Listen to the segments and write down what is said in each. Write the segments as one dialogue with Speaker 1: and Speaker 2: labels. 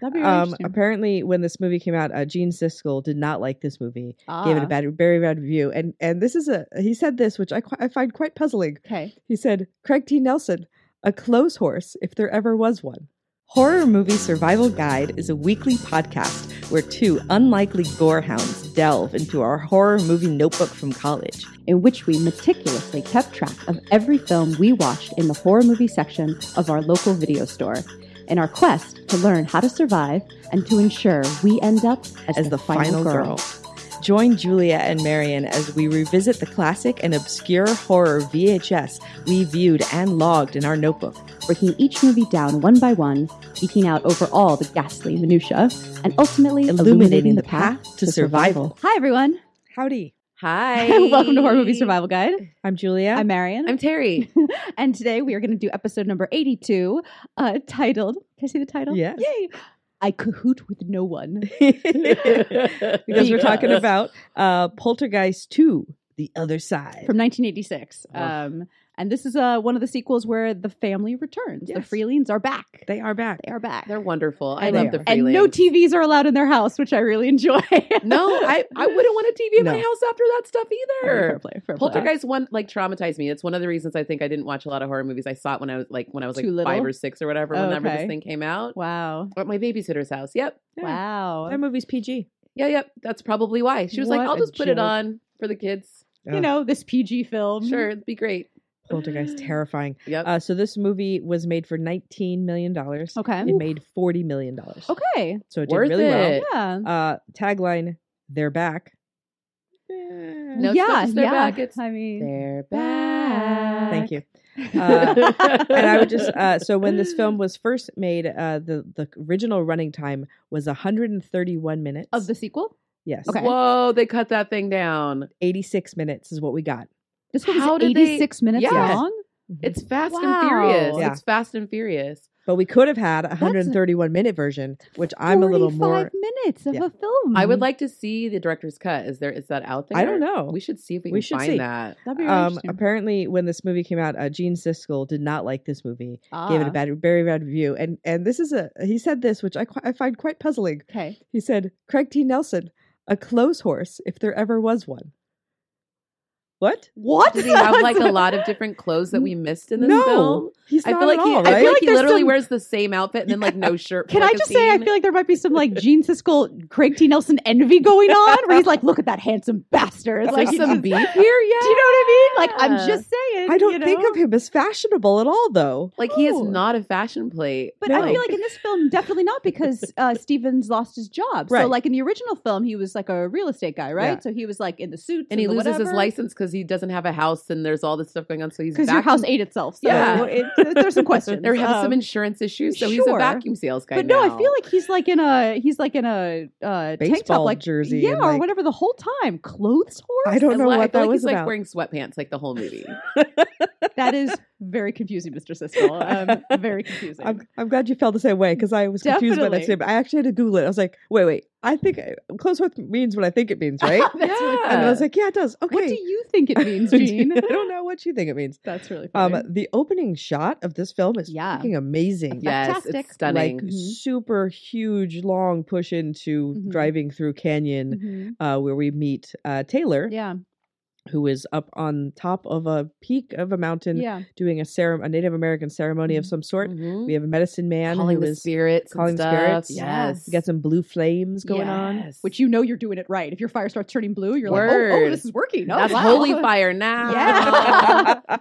Speaker 1: That'd be really
Speaker 2: Um,
Speaker 1: interesting.
Speaker 2: apparently, when this movie came out, uh, Gene Siskel did not like this movie, gave it
Speaker 1: Ah,
Speaker 2: a bad, very bad review, and and this is a he said this, which I qui- I find quite puzzling.
Speaker 1: Okay.
Speaker 2: He said, Craig T. Nelson, a clothes horse, if there ever was one. Horror Movie Survival Guide is a weekly podcast where two unlikely gorehounds delve into our horror movie notebook from college.
Speaker 1: in which we meticulously kept track of every film we watched in the horror movie section of our local video store in our quest to learn how to survive and to ensure we end up as,
Speaker 2: as the, final, girl. Join Julia and Marion as we revisit the classic and obscure horror VHS we viewed and logged in our notebook.
Speaker 1: breaking each movie down one by one, eking out over all the ghastly minutiae, and ultimately
Speaker 2: Illuminating the path to survival.
Speaker 1: Hi, everyone.
Speaker 2: Howdy.
Speaker 3: Hi.
Speaker 1: Welcome to Horror Movie Survival Guide.
Speaker 2: I'm Julia.
Speaker 1: I'm Marion.
Speaker 3: I'm Terry.
Speaker 1: and today we are going to do episode number 82, uh, titled, can I see the title?
Speaker 2: Yes.
Speaker 1: Yay. I cahoot with no one.
Speaker 2: because we're talking about uh, Poltergeist 2, The Other Side.
Speaker 1: from 1986.
Speaker 3: Oh.
Speaker 2: Ugh.
Speaker 1: Um, and this is uh, one of the sequels where the family returns.
Speaker 2: Yes.
Speaker 1: The Freelings are back.
Speaker 2: they are back.
Speaker 1: They are back.
Speaker 3: They're wonderful. I
Speaker 2: And
Speaker 3: love
Speaker 2: they
Speaker 3: the
Speaker 2: are.
Speaker 1: and
Speaker 3: Freelings.
Speaker 1: no TVs are allowed in their house, which I really enjoy.
Speaker 3: no, I, I wouldn't want a TV in my
Speaker 2: No.
Speaker 3: house after that stuff
Speaker 1: fair
Speaker 3: either.
Speaker 1: play, fair play.
Speaker 3: Poltergeist one like traumatized me. It's one of the reasons I think I didn't watch a lot of horror movies. I saw it when I was like when I was like
Speaker 1: Too little?
Speaker 3: five or six or whatever.
Speaker 1: Oh,
Speaker 3: whenever
Speaker 1: okay.
Speaker 3: this thing came out,
Speaker 1: Wow.
Speaker 3: at my babysitter's house. Yep,
Speaker 2: Yeah.
Speaker 1: Wow.
Speaker 2: That movie's PG.
Speaker 3: yeah, yep. That's probably why she was like,
Speaker 1: What
Speaker 3: "I'll
Speaker 1: a
Speaker 3: just put
Speaker 1: joke. Um,
Speaker 3: it on for the kids."
Speaker 2: Yeah.
Speaker 1: You know, this PG film.
Speaker 3: Sure, it'd be great.
Speaker 2: Poltergeist, terrifying.
Speaker 3: Yep.
Speaker 2: Uh, so this movie was made for $19 million.
Speaker 1: Okay.
Speaker 2: It made $40 million.
Speaker 1: Okay. Oh,
Speaker 2: So it did
Speaker 3: Worth
Speaker 2: really
Speaker 3: it.
Speaker 1: Yeah.
Speaker 2: well. Uh, tagline, they're back.
Speaker 3: No,
Speaker 2: No.
Speaker 3: it's
Speaker 1: yeah.
Speaker 3: not just their
Speaker 1: yeah.
Speaker 3: back, it's
Speaker 1: I mean,
Speaker 3: They're back.
Speaker 2: Thank you.
Speaker 3: Uh,
Speaker 2: and I would just uh, so when this film was first made, uh, the the original running time was 131 minutes
Speaker 1: of the sequel.
Speaker 2: Yes,
Speaker 1: Okay.
Speaker 3: Whoa, they cut that thing down.
Speaker 2: 86 minutes is what we got.
Speaker 1: This one
Speaker 3: How
Speaker 1: was
Speaker 3: did they-
Speaker 1: 86 minutes
Speaker 3: Yeah.
Speaker 1: long.
Speaker 3: It's Fast
Speaker 1: Wow.
Speaker 3: and Furious.
Speaker 2: Yeah.
Speaker 3: It's Fast and Furious.
Speaker 2: But we could have had a 131 minute version, which I'm a little
Speaker 1: 45
Speaker 2: more.
Speaker 1: minutes of
Speaker 2: Yeah.
Speaker 1: a film.
Speaker 3: I would like to see the director's cut. Is there? Is that out there?
Speaker 2: I don't know.
Speaker 3: We should see if we,
Speaker 2: We
Speaker 3: can
Speaker 2: should
Speaker 3: find
Speaker 2: see.
Speaker 3: that.
Speaker 1: That'd be really
Speaker 2: Um,
Speaker 1: interesting.
Speaker 2: apparently, when this movie came out, uh, Gene Siskel did not like this movie, gave it
Speaker 1: Ah,
Speaker 2: a bad, very bad review, and and this is a he said this, which I qui- I find quite puzzling.
Speaker 3: Ah.
Speaker 1: Okay.
Speaker 2: He said, "Craig T. Nelson, a clothes horse, if there ever was one." What?
Speaker 1: What?
Speaker 3: Did he have like a lot of different clothes that we missed in this
Speaker 2: no,
Speaker 3: film?
Speaker 2: he's
Speaker 3: I
Speaker 2: not
Speaker 3: feel like
Speaker 2: at
Speaker 3: he.
Speaker 2: all,
Speaker 3: I
Speaker 2: right?
Speaker 3: feel
Speaker 1: like
Speaker 3: like he
Speaker 1: there's
Speaker 3: literally
Speaker 1: some-
Speaker 3: wears the same outfit and then like no shirt. for,
Speaker 1: Can
Speaker 3: like,
Speaker 1: I
Speaker 3: a
Speaker 1: just say, I
Speaker 3: scene.
Speaker 1: feel like there might be some like Gene Siskel, Craig T. Nelson envy going on, where he's like, "Look at that handsome bastard!"
Speaker 3: Is there
Speaker 1: Like,
Speaker 3: some
Speaker 1: just-
Speaker 3: beef here? Yeah.
Speaker 1: do you know what I mean? Like, I'm
Speaker 3: Yeah.
Speaker 1: just saying.
Speaker 2: I don't
Speaker 1: you
Speaker 2: think
Speaker 1: know?
Speaker 2: of him as fashionable at all, though.
Speaker 3: Like he is
Speaker 1: No.
Speaker 3: not a fashion plate.
Speaker 1: But
Speaker 2: No.
Speaker 1: I feel like in this film, definitely not because uh, Stevens lost his job. So,
Speaker 2: Right.
Speaker 1: like in the original film, he was like a real estate guy, right?
Speaker 2: Yeah.
Speaker 1: So he was like in the suit,
Speaker 3: and he loses his
Speaker 1: license
Speaker 3: license because he doesn't have a house and there's all this stuff going on. So he's
Speaker 1: because your
Speaker 3: vacuum-
Speaker 1: house ate itself. So
Speaker 3: Yeah.
Speaker 1: it, there's some questions.
Speaker 3: They have
Speaker 1: Um,
Speaker 3: some insurance issues, so he's a
Speaker 1: sure.
Speaker 3: vacuum sales guy.
Speaker 1: But no, I
Speaker 3: now.
Speaker 1: feel like he's like in a he's like in a uh, tank top,
Speaker 2: Baseball
Speaker 1: like
Speaker 2: jersey
Speaker 1: yeah,
Speaker 2: and,
Speaker 1: or
Speaker 2: like-
Speaker 1: whatever the whole time. Clothes horse.
Speaker 2: I don't know
Speaker 3: li- I
Speaker 2: what
Speaker 3: feel
Speaker 2: that
Speaker 3: like
Speaker 2: was
Speaker 3: he's like
Speaker 2: about.
Speaker 3: wearing sweatpants like the whole movie.
Speaker 1: That is very confusing, Mr. Siskel. Um, very confusing.
Speaker 2: I'm, I'm glad you felt the same way because I was confused by that
Speaker 1: Definitely.
Speaker 2: statement. I actually had to Google it. I was like, wait, wait. I think I, close with means what I think it means, right?
Speaker 1: That's really
Speaker 3: Yeah.
Speaker 2: and I
Speaker 1: funny.
Speaker 2: was like, yeah, it does. Okay.
Speaker 1: what do you think it means, Gene?
Speaker 2: I don't know what you think it means.
Speaker 1: That's really funny.
Speaker 2: Um, the opening shot of this film is
Speaker 1: Yeah.
Speaker 2: fucking amazing.
Speaker 1: Yeah.
Speaker 3: yes,
Speaker 1: Fantastic.
Speaker 3: it's stunning. Mm-hmm.
Speaker 2: Like
Speaker 1: Mhm.
Speaker 2: super huge, long push into
Speaker 1: Mhm.
Speaker 2: driving through canyon
Speaker 1: Mhm.
Speaker 3: Mm-hmm.
Speaker 2: uh, where we meet uh, Taylor,
Speaker 1: Yeah,
Speaker 2: who is up on top of a peak of a mountain
Speaker 1: yeah.
Speaker 2: doing a, cere- a Native American ceremony of
Speaker 1: Mhm.
Speaker 2: some sort.
Speaker 3: Mhm.
Speaker 2: We have a medicine man
Speaker 3: calling
Speaker 2: who
Speaker 3: the
Speaker 2: is
Speaker 3: spirits,
Speaker 2: calling
Speaker 3: and stuff.
Speaker 2: spirits.
Speaker 3: Yes,
Speaker 2: we got some blue flames going on.
Speaker 3: Yes.
Speaker 1: Which you know you're doing it right. If your fire starts turning blue, you're like, oh, oh,
Speaker 3: Word.
Speaker 1: this is working. Oh,
Speaker 3: that's
Speaker 1: wow.
Speaker 3: holy fire now.
Speaker 1: Yeah.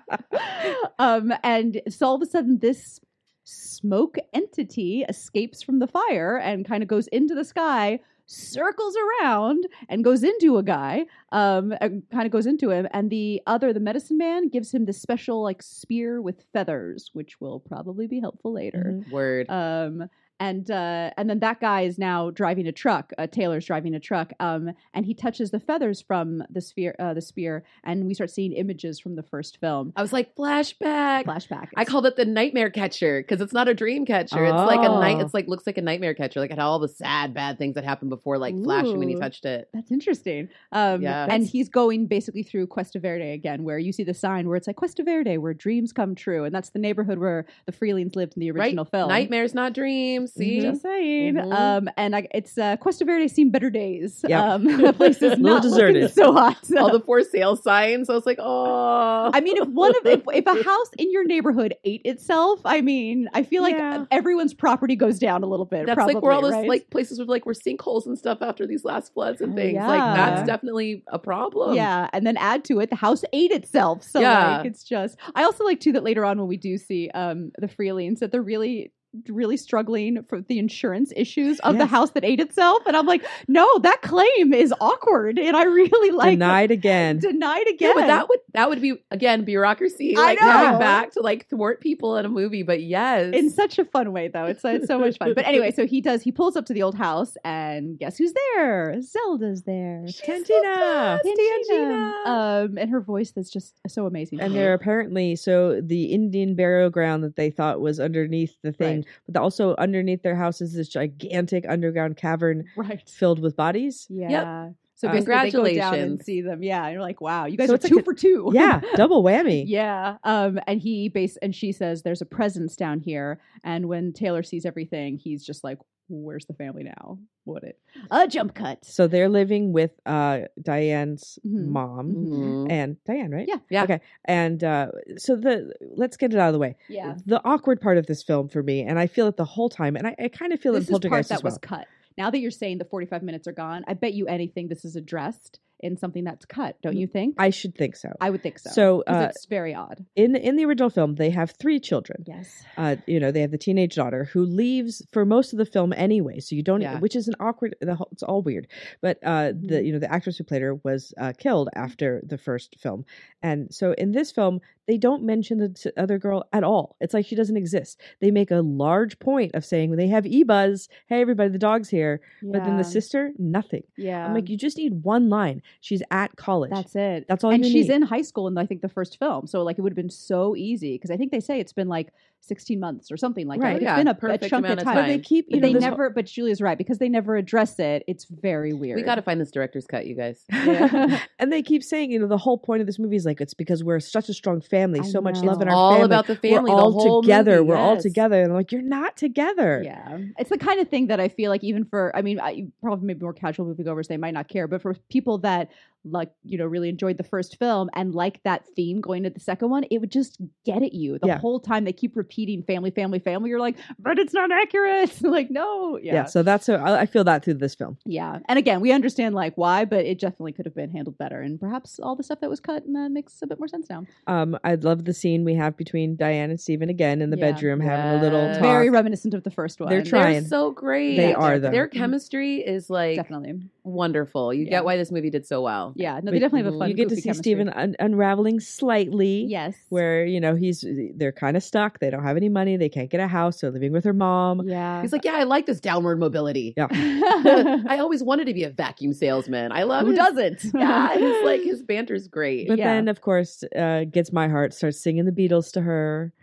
Speaker 1: um, and so all of a sudden, this smoke entity escapes from the fire and kind of goes into the sky, circles around, and goes into a guy. Um, kind of goes into him, and the other, the medicine man, gives him this special like spear with feathers, which will probably be helpful later.
Speaker 3: Word.
Speaker 2: Uh,
Speaker 1: Um. And uh, and then that guy is now driving a truck. Uh, Taylor's driving a truck, um, and he touches the feathers from the sphere, uh, the spear, and we start seeing images from the first film
Speaker 3: I was like flashback.
Speaker 1: flashback.
Speaker 3: I called it the nightmare catcher because it's not a dream catcher. It's like a night.
Speaker 2: Oh.
Speaker 3: It's like looks like a nightmare catcher. Like it had all the sad, bad things that happened before, like flashing when he
Speaker 1: Ooh.
Speaker 3: touched it.
Speaker 1: That's interesting. Um,
Speaker 3: Yeah.
Speaker 1: And
Speaker 3: That's-
Speaker 1: he's going basically through Cuesta Verde again, where you see the sign where it's like Cuesta Verde, where dreams come true. And that's the neighborhood where the Freelings lived in the
Speaker 3: Right?
Speaker 1: original film.
Speaker 3: Nightmares, not dreams. See,
Speaker 2: Mm-hmm.
Speaker 1: Just saying.
Speaker 3: Mhm.
Speaker 1: Um, and I, it's uh, Cuesta Verde seen better days.
Speaker 2: Yep.
Speaker 1: Um, the place is
Speaker 2: Little
Speaker 1: not looking
Speaker 2: deserted.
Speaker 1: so hot.
Speaker 3: all the for sale signs. I was like, oh,
Speaker 1: I mean, if one of if, if a house in your neighborhood ate itself, I mean, I feel like
Speaker 3: Yeah.
Speaker 1: everyone's property goes down a little bit.
Speaker 3: that's
Speaker 1: probably,
Speaker 3: like where all those
Speaker 1: right?
Speaker 3: like places with like where sinkholes and stuff after these last floods and
Speaker 1: Oh,
Speaker 3: things.
Speaker 1: yeah.
Speaker 3: Like that's definitely a problem.
Speaker 1: yeah, and then add to it the house ate itself. So
Speaker 3: Yeah.
Speaker 1: like, it's just. I also like too that later on when we do see um the Freelings that they're really really struggling for the insurance issues of the
Speaker 2: Yes.
Speaker 1: house that ate itself and i'm like no that claim is awkward and i really like
Speaker 2: Denied again.
Speaker 1: denied again
Speaker 3: Yeah, but that would that would be again bureaucracy,
Speaker 1: I
Speaker 3: like
Speaker 1: know.
Speaker 3: coming back to like thwart people in a movie. But yes,
Speaker 1: in such a fun way though it's, it's so much fun but anyway so he does he pulls up to the old house and guess who's there zelda's there
Speaker 2: Tantina.
Speaker 1: Tangina. um and her voice that's just so amazing to
Speaker 2: And
Speaker 1: me.
Speaker 2: they're apparently so the Indian burial ground that they thought was underneath the thing, but also underneath their house is this gigantic underground cavern
Speaker 1: right
Speaker 2: filled with bodies.
Speaker 1: yeah
Speaker 3: So
Speaker 1: so basically they go down and
Speaker 3: congratulations.
Speaker 1: see them yeah and you're like wow you guys
Speaker 2: So
Speaker 1: are
Speaker 2: it's like
Speaker 1: two
Speaker 2: a-
Speaker 1: for two
Speaker 2: Yeah, double whammy.
Speaker 1: yeah um and he base and she says there's a presence down here and when taylor sees everything he's just like where's the family now what it a jump cut
Speaker 2: So they're living with uh Diane's
Speaker 1: Mhm.
Speaker 2: mom
Speaker 3: Mhm.
Speaker 2: and Diane, right?
Speaker 1: Mm-hmm. Yeah.
Speaker 3: Yeah.
Speaker 2: Okay. And uh so the let's get it out of the way.
Speaker 1: yeah
Speaker 2: The awkward part of this film for me, and I feel it the whole time, and I, I kind of feel it
Speaker 1: this
Speaker 2: in
Speaker 1: is part
Speaker 2: Poltergeist
Speaker 1: that
Speaker 2: as well.
Speaker 1: was cut. Now that you're saying the 45 minutes are gone, I bet you anything this is addressed in something that's cut, don't you think?
Speaker 2: I should think so.
Speaker 1: I would think so.
Speaker 2: So,
Speaker 1: 'Cause
Speaker 2: uh,
Speaker 1: it's very odd.
Speaker 2: In in the original film, they have three children.
Speaker 1: Yes.
Speaker 2: uh, you know, they have the teenage daughter who leaves for most of the film anyway. So you don't,
Speaker 3: Yeah.
Speaker 2: which is an awkward. The whole, it's all weird. But uh,
Speaker 1: Mm-hmm.
Speaker 2: the you know the actress who played her was uh, killed after the first film, and so in this film they don't mention the t- other girl at all. It's like she doesn't exist. They make a large point of saying they have e buzz. Hey everybody, the dog's here. But then the sister, nothing.
Speaker 1: yeah,
Speaker 2: I'm like, you just need one line. She's at college.
Speaker 1: that's it.
Speaker 2: that's all
Speaker 1: and
Speaker 2: you
Speaker 1: she's
Speaker 2: need.
Speaker 1: in high school in I think the first film, so like it would have been so easy because I think they say it's been like 16 months or something like
Speaker 2: Right.
Speaker 1: that. It's
Speaker 3: Yeah,
Speaker 1: been a, a
Speaker 3: perfect
Speaker 1: chunk of
Speaker 3: amount of
Speaker 1: time.
Speaker 2: But they
Speaker 3: fine.
Speaker 2: keep,
Speaker 1: But
Speaker 2: you know,
Speaker 1: they
Speaker 2: this
Speaker 1: never. But Julia's right because they never address it. It's very weird.
Speaker 3: we got to find this director's cut, you guys.
Speaker 1: Yeah.
Speaker 2: And they keep saying, you know, the whole point of this movie is like it's because we're such a strong family,
Speaker 1: I
Speaker 2: so much
Speaker 1: know.
Speaker 2: love in our
Speaker 3: all
Speaker 2: family.
Speaker 3: about the family.
Speaker 2: we're
Speaker 3: the
Speaker 2: all
Speaker 3: whole
Speaker 2: together.
Speaker 3: movie,
Speaker 2: We're all
Speaker 3: yes.
Speaker 2: together. And I'm like, you're not together.
Speaker 1: Yeah, it's the kind of thing that I feel like even for I mean I, probably maybe more casual moviegoers they might not care, but for people that like you know really enjoyed the first film and like that theme going to the second one, it would just get at you the
Speaker 2: Yeah.
Speaker 1: whole time. They keep repeating family, family, family. You're like, but it's not accurate. like no,
Speaker 2: Yeah.
Speaker 1: yeah,
Speaker 2: so that's how I I feel that through this film.
Speaker 1: yeah. And again, we understand like why, but it definitely could have been handled better, and perhaps all the stuff that was cut and that makes a bit more sense now.
Speaker 2: Um, I love the scene we have between Diane and Steven again in the
Speaker 1: Yeah.
Speaker 2: bedroom having a little
Speaker 3: Yes.
Speaker 2: talk.
Speaker 1: Very reminiscent of the first one.
Speaker 2: They're
Speaker 3: They're
Speaker 2: trying.
Speaker 3: so great.
Speaker 2: They
Speaker 1: Yeah.
Speaker 2: are though.
Speaker 3: Their chemistry is like
Speaker 1: Mm-hmm. definitely.
Speaker 3: wonderful. You
Speaker 1: Yeah.
Speaker 3: get why this movie did so well.
Speaker 1: Yeah, no,
Speaker 2: But
Speaker 1: they definitely have a
Speaker 3: you
Speaker 1: fun.
Speaker 2: you get to
Speaker 1: goofy
Speaker 2: see
Speaker 1: chemistry.
Speaker 2: Steven un- unraveling slightly.
Speaker 1: Yes.
Speaker 2: Where, you know, he's they're kind of stuck. They don't have any money. They can't get a house. They're living with her mom.
Speaker 1: Yeah.
Speaker 3: He's like, yeah, I like this downward mobility.
Speaker 2: Yeah.
Speaker 3: I always wanted to be a vacuum salesman. I love
Speaker 1: Who
Speaker 3: his-
Speaker 1: doesn't?
Speaker 3: Yeah, his like his banter's great.
Speaker 2: But
Speaker 1: Yeah.
Speaker 2: then, of course, uh, gets my heart. Starts singing the Beatles to her.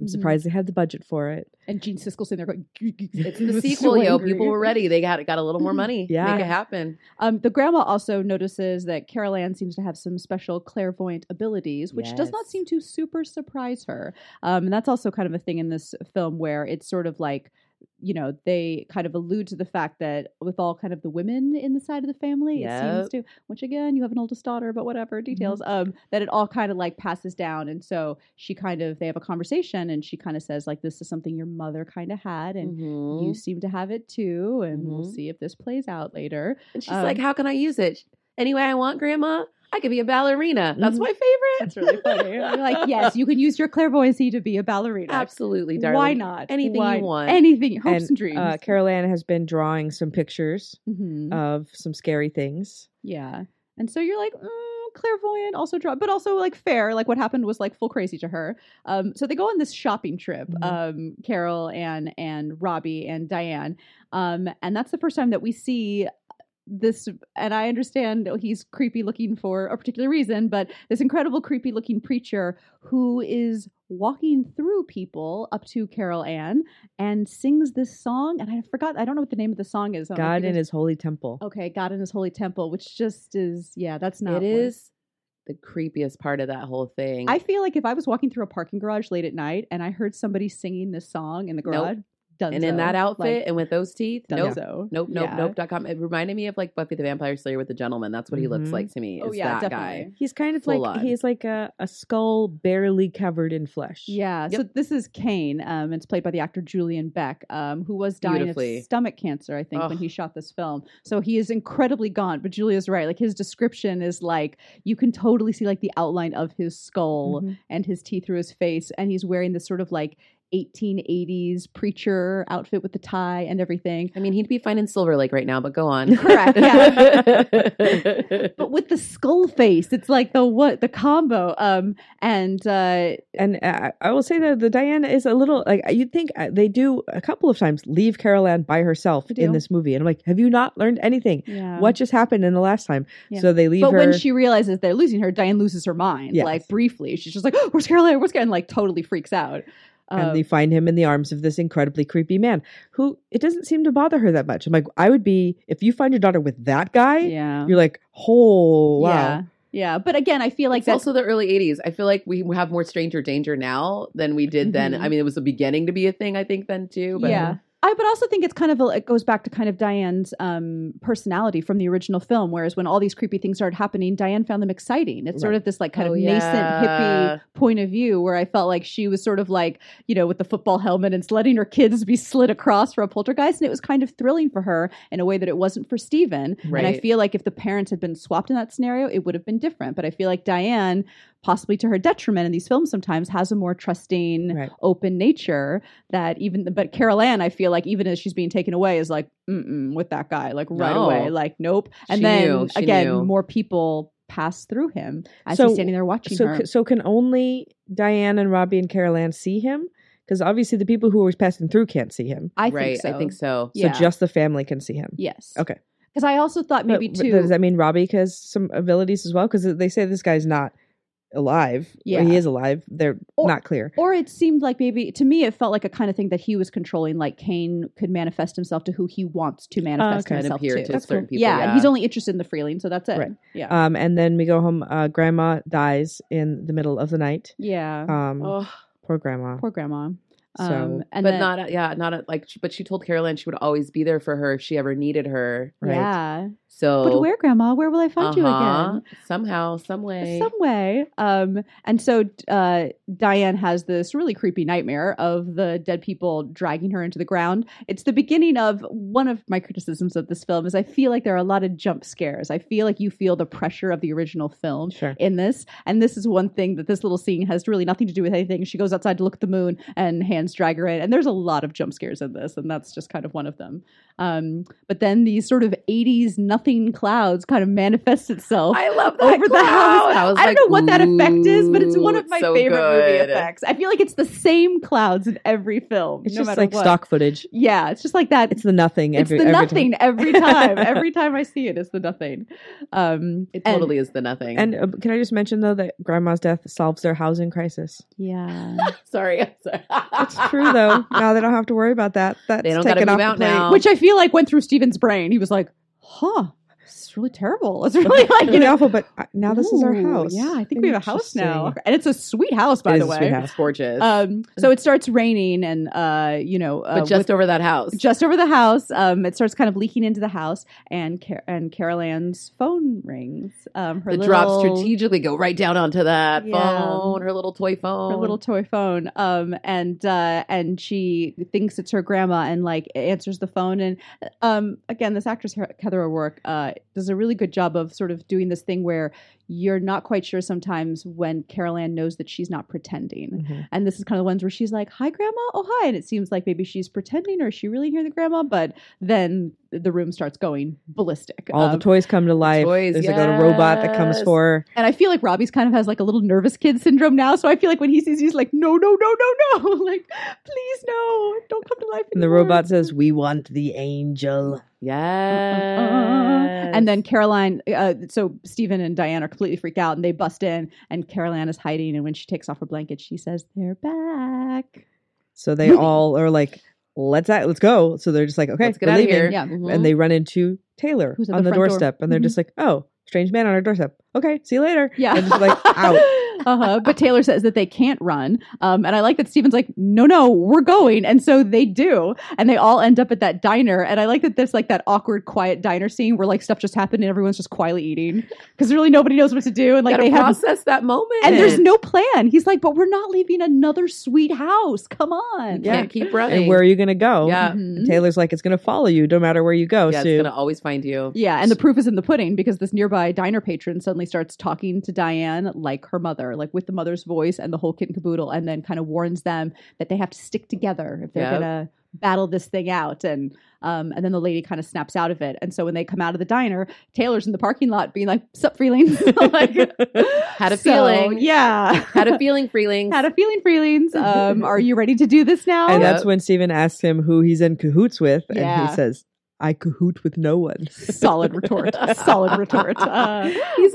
Speaker 2: I'm
Speaker 1: Mhm.
Speaker 2: surprised they had the budget for it.
Speaker 1: and Gene Siskel's in there going,
Speaker 3: it's the sequel, yo. People were ready. They got got a little more money.
Speaker 2: Yeah.
Speaker 3: make it happen.
Speaker 1: Um, the grandma also notices that Carol Ann seems to have some special clairvoyant abilities, which does not
Speaker 3: Yes.
Speaker 1: seem to super surprise her. Um, and that's also kind of a thing in this film where it's sort of like, you know, they kind of allude to the fact that with all kind of the women in the side of the family, it
Speaker 3: Yep. Mm-hmm.
Speaker 1: seems to, which again, you have an oldest daughter, but whatever details, um, that it all kind of like passes down. And so she kind of, they have a conversation and she kind of says, like, this is something your mother kind of had. And
Speaker 3: Mhm.
Speaker 1: you seem to have it too and we'll
Speaker 3: Mhm.
Speaker 1: see if this plays out later
Speaker 3: and she's
Speaker 1: um,
Speaker 3: like, "How can I use it? Any way I want, Grandma. I could be a ballerina. That's
Speaker 2: Mhm.
Speaker 3: my favorite.
Speaker 1: that's really funny You're like yes you can use your clairvoyancy to be a ballerina
Speaker 3: absolutely, darling.
Speaker 1: why not
Speaker 3: Anything you
Speaker 1: Why-
Speaker 3: want.
Speaker 1: anything your hopes and, dreams
Speaker 2: Uh, Carol Ann has been drawing some pictures
Speaker 1: Mhm.
Speaker 2: of some scary things.
Speaker 1: yeah and so you're like mm, clairvoyant also draw but also like fair like what happened was like full crazy to her um so they go on this shopping trip
Speaker 2: Mhm.
Speaker 1: um carol and and robbie and diane um and that's the first time that we see this and i understand he's creepy looking for a particular reason but this incredible creepy looking preacher who is walking through people up to carol ann and sings this song and i forgot i don't know what the name of the song is Oh, I don't know if
Speaker 2: God
Speaker 1: you
Speaker 2: in
Speaker 1: guys-
Speaker 2: His holy temple.
Speaker 1: okay god in his holy temple which just is yeah that's not
Speaker 3: It
Speaker 1: what-
Speaker 3: is the creepiest part of that whole thing.
Speaker 1: i feel like if i was walking through a parking garage late at night and i heard somebody singing this song in the
Speaker 3: Nope.
Speaker 1: garage done.
Speaker 3: and in that outfit and with those teeth,
Speaker 2: Done
Speaker 3: nope.
Speaker 1: so.
Speaker 3: Nope, nope,
Speaker 1: Yeah.
Speaker 3: nope. Dot com. It reminded me of like Buffy the Vampire Slayer with the gentleman. That's what he looks
Speaker 2: Mhm.
Speaker 3: like to me.
Speaker 1: Oh
Speaker 3: is
Speaker 1: yeah,
Speaker 3: that
Speaker 1: definitely.
Speaker 3: guy.
Speaker 2: He's kind of
Speaker 3: Full
Speaker 2: like
Speaker 3: on.
Speaker 2: he's like a, a skull barely covered in flesh.
Speaker 1: Yeah. So this is Kane. Um, it's played by the actor Julian Beck, um, who was dying of
Speaker 3: Beautifully.
Speaker 1: stomach cancer, I think, when
Speaker 3: Ugh.
Speaker 1: he shot this film. So he is incredibly gaunt. But Julia's right. Like his description is like you can totally see like the outline of his skull
Speaker 2: Mhm.
Speaker 1: and his teeth through his face, and he's wearing this sort of like 1880s preacher outfit with the tie and everything.
Speaker 3: I mean, he'd be fine in Silver Lake right now, but go on.
Speaker 1: Correct,
Speaker 3: Yeah.
Speaker 1: But with the skull face, it's like the what the combo. Um, and uh,
Speaker 2: And uh, I will say that the Diana is a little like you'd think uh, they do a couple of times leave Carol Ann by herself
Speaker 1: They do.
Speaker 2: in this movie, and I'm like, have you not learned anything?
Speaker 1: yeah.
Speaker 2: What just happened in the last time?
Speaker 1: Yeah.
Speaker 2: So they leave
Speaker 1: But
Speaker 2: her.
Speaker 1: when she realizes they're losing her, Diane loses her mind.
Speaker 2: Yes.
Speaker 1: Like briefly, she's just like, "Oh, "Where's Caroline? Where's Caroline?" Like totally freaks out. uh, Um,
Speaker 2: and they find him in the arms of this incredibly creepy man who it doesn't seem to bother her that much. I'm like, I would be if you find your daughter with that guy,
Speaker 1: yeah,
Speaker 2: you're like, oh wow,
Speaker 1: Uh-huh. yeah, yeah. But again, I feel like
Speaker 3: it's
Speaker 1: that's
Speaker 3: also the early 80s. I feel like we have more Stranger Danger now than we did then.
Speaker 1: Mhm.
Speaker 3: I mean, it was the beginning to be a thing, I think, then too. But
Speaker 1: yeah. I but also think it's kind of a, it goes back to kind of Diane's um, personality from the original film. Whereas when all these creepy things started happening, Diane found them exciting. It's sort
Speaker 2: Right.
Speaker 1: of this like kind
Speaker 3: Oh,
Speaker 1: of nascent
Speaker 3: yeah.
Speaker 1: hippie point of view where I felt like she was sort of like you know with the football helmet and letting her kids be slid across for a poltergeist, and it was kind of thrilling for her in a way that it wasn't for Steven.
Speaker 3: right.
Speaker 1: And I feel like if the parents had been swapped in that scenario, it would have been different. But I feel like Diane, possibly to her detriment in these films sometimes, has a more trusting,
Speaker 2: Right.
Speaker 1: open nature that even, but Carol Ann, I feel like even as she's being taken away, is like, mm with that guy, like right
Speaker 3: No.
Speaker 1: away, like, nope. And
Speaker 3: She
Speaker 1: then
Speaker 3: knew, she
Speaker 1: again,
Speaker 3: knew.
Speaker 1: more people pass through him as
Speaker 2: So-
Speaker 1: he's standing there watching
Speaker 2: So,
Speaker 1: her.
Speaker 2: c- so can only Diane and Robbie and Carol Ann see him? Because obviously the people who are passing through can't see him.
Speaker 1: I think
Speaker 3: right. Oh.
Speaker 1: so.
Speaker 3: I think so.
Speaker 1: Yeah.
Speaker 2: So just the family can see him.
Speaker 1: Yes.
Speaker 2: Okay.
Speaker 1: Because I also thought maybe
Speaker 2: But- but
Speaker 1: too.
Speaker 2: does that mean Robbie has some abilities as well? Because they say this guy's not alive. Or
Speaker 1: Yeah.
Speaker 2: he is alive. They're
Speaker 1: Or-
Speaker 2: not clear.
Speaker 1: Or it seemed like maybe to me it felt like a kind of thing that he was controlling, like Kane could manifest himself to who he wants to manifest
Speaker 2: okay.
Speaker 3: Kind of
Speaker 1: himself
Speaker 3: appear
Speaker 1: to.
Speaker 3: to
Speaker 2: That's
Speaker 3: certain
Speaker 2: cool.
Speaker 3: people.
Speaker 1: yeah, and he's only interested in the freeling, so that's it.
Speaker 2: Right.
Speaker 1: Yeah.
Speaker 2: Um, and then we go home. Uh, grandma dies in the middle of the night.
Speaker 1: yeah.
Speaker 2: Um,
Speaker 3: Ugh.
Speaker 2: poor grandma.
Speaker 1: Oh. Poor grandma. Um,
Speaker 2: so
Speaker 1: and
Speaker 3: but
Speaker 1: then-
Speaker 3: not, yeah, not like, she, but she told Caroline she would always be there for her if she ever needed her.
Speaker 2: right.
Speaker 1: Yeah.
Speaker 3: So,
Speaker 1: But where, grandma? Where will I find you
Speaker 3: uh-huh.
Speaker 1: again?
Speaker 3: Somehow, some way.
Speaker 1: Some way. Um, and so uh, Diane has this really creepy nightmare of the dead people dragging her into the ground. It's the beginning of one of my criticisms of this film is I feel like there are a lot of jump scares. I feel like you feel the pressure of the original film
Speaker 2: sure.
Speaker 1: in this. And this is one thing that this little scene has really nothing to do with anything. She goes outside to look at the moon and hands drag her in. And there's a lot of jump scares in this, and that's just kind of one of them. Um, but then these sort of 80s nothing clouds kind of manifest itself.
Speaker 3: I love that
Speaker 1: over the
Speaker 3: cloud.
Speaker 1: house. I, don't
Speaker 3: was
Speaker 1: know what that effect is, but it's one
Speaker 3: "Ooh,
Speaker 1: of my
Speaker 3: so
Speaker 1: favorite
Speaker 3: good."
Speaker 1: movie effects. I feel like it's the same clouds in every film,
Speaker 2: It's
Speaker 1: no
Speaker 2: just
Speaker 1: matter
Speaker 2: like
Speaker 1: what.
Speaker 2: stock footage.
Speaker 1: Yeah, it's just like that.
Speaker 2: It's the nothing.
Speaker 1: It's
Speaker 2: Every,
Speaker 1: the
Speaker 2: every time.
Speaker 1: nothing every time. every time I see it, it's the nothing. Um,
Speaker 3: It
Speaker 1: and-
Speaker 3: totally is the nothing.
Speaker 2: And uh, can I just mention though that grandma's death solves their housing crisis?
Speaker 1: yeah.
Speaker 3: sorry, I'm sorry.
Speaker 2: It's true though. now they don't have to worry about that. That's
Speaker 3: They don't gotta
Speaker 2: taken
Speaker 3: move
Speaker 2: off the
Speaker 3: out
Speaker 2: plate.
Speaker 3: now.
Speaker 1: which I feel like went through Steven's brain. He was like, "Huh, it's really terrible. It's really like you
Speaker 2: Really
Speaker 1: know."
Speaker 2: awful, but uh, now this is our
Speaker 1: Ooh,
Speaker 2: house.
Speaker 1: Yeah, I think we have a house now, and it's a sweet house, by the
Speaker 2: It is a
Speaker 1: way.
Speaker 2: sweet house.
Speaker 3: It's gorgeous.
Speaker 1: Um, so it starts raining, and uh, you know, uh,
Speaker 3: but just over that house.
Speaker 1: with- just over the house, um, it starts kind of leaking into the house, and Car- and Carol Ann's phone rings. Um, her
Speaker 3: the
Speaker 1: little,
Speaker 3: drops strategically go right down onto that
Speaker 1: Yeah.
Speaker 3: phone, her little toy phone.
Speaker 1: her little toy phone um and uh and she thinks it's her grandma and like answers the phone and um again this actress Her- heather o'rourke uh does a really good job of sort of doing this thing where you're not quite sure sometimes when carol ann knows that she's not pretending
Speaker 2: Mhm.
Speaker 1: and this is kind of the ones where she's like hi grandma oh hi and it seems like maybe she's pretending or is she really hearing the grandma but then the room starts going ballistic
Speaker 2: All the
Speaker 1: Um,
Speaker 2: toys come to life.
Speaker 3: toys,
Speaker 2: There's a little robot that comes
Speaker 3: yes.
Speaker 2: for her.
Speaker 1: and I feel like Robbie's kind of has like a little nervous kid syndrome now. So I feel like when he sees you, he's like, no, no, no, no, no. like, please, no, don't come to life.
Speaker 2: And the
Speaker 1: anymore."
Speaker 2: robot says, We want the angel.
Speaker 3: yes.
Speaker 1: Uh-uh. And then Caroline, uh, so Stephen and Diane are completely freaked out and they bust in, and Caroline is hiding. And when she takes off her blanket, she says, they're back.
Speaker 2: So they all are like, Let's act, let's go. So they're just like, Okay,
Speaker 3: let's get
Speaker 2: we're
Speaker 3: out of
Speaker 2: leaving.
Speaker 3: here.
Speaker 1: Yeah.
Speaker 3: Mhm.
Speaker 2: And they run into Taylor
Speaker 1: Who's at
Speaker 2: on
Speaker 1: the
Speaker 2: the,
Speaker 1: front door.
Speaker 2: doorstep. And they're
Speaker 1: Mhm.
Speaker 2: just like, Oh, strange man on our doorstep. okay, see you later.
Speaker 1: Yeah.
Speaker 2: And just like out.
Speaker 1: uh-huh. But Taylor says that they can't run. Um, and I like that Steven's like, no, no, we're going. And so they do. And they all end up at that diner. And I like that there's like that awkward, quiet diner scene where like stuff just happened and everyone's just quietly eating because really nobody knows what to do. And like
Speaker 3: Gotta
Speaker 1: they have.
Speaker 3: process that moment.
Speaker 1: And there's no plan. He's like, but we're not leaving another sweet house. Come
Speaker 3: You
Speaker 1: on.
Speaker 3: can't keep running.
Speaker 2: And where are you gonna go?
Speaker 3: Yeah.
Speaker 1: Mhm.
Speaker 2: And Taylor's like, it's gonna follow you no matter where you go.
Speaker 3: yeah,
Speaker 2: so
Speaker 3: it's gonna always find you.
Speaker 1: Yeah, and the proof is in the pudding because this nearby diner patron suddenly starts talking to Diane like her mother, like with the mother's voice and the whole kit and caboodle, and then kind of warns them that they have to stick together if they're
Speaker 3: Yep.
Speaker 1: gonna battle this thing out. And um, and then the lady kind of snaps out of it. And so when they come out of the diner, Taylor's in the parking lot being like, "Sup, feelings?" like,
Speaker 3: Had a
Speaker 1: so,
Speaker 3: feeling.
Speaker 1: yeah.
Speaker 3: Had a feeling, Freelings.
Speaker 1: Had a feeling, feelings. Um, are you ready to do this now?
Speaker 2: and
Speaker 3: Yeah.
Speaker 2: that's when Steven asks him who he's in cahoots with, and
Speaker 1: oh, Yeah.
Speaker 2: he says, I cahoot with no one.
Speaker 1: Solid retort. Solid retort. Uh,
Speaker 3: He's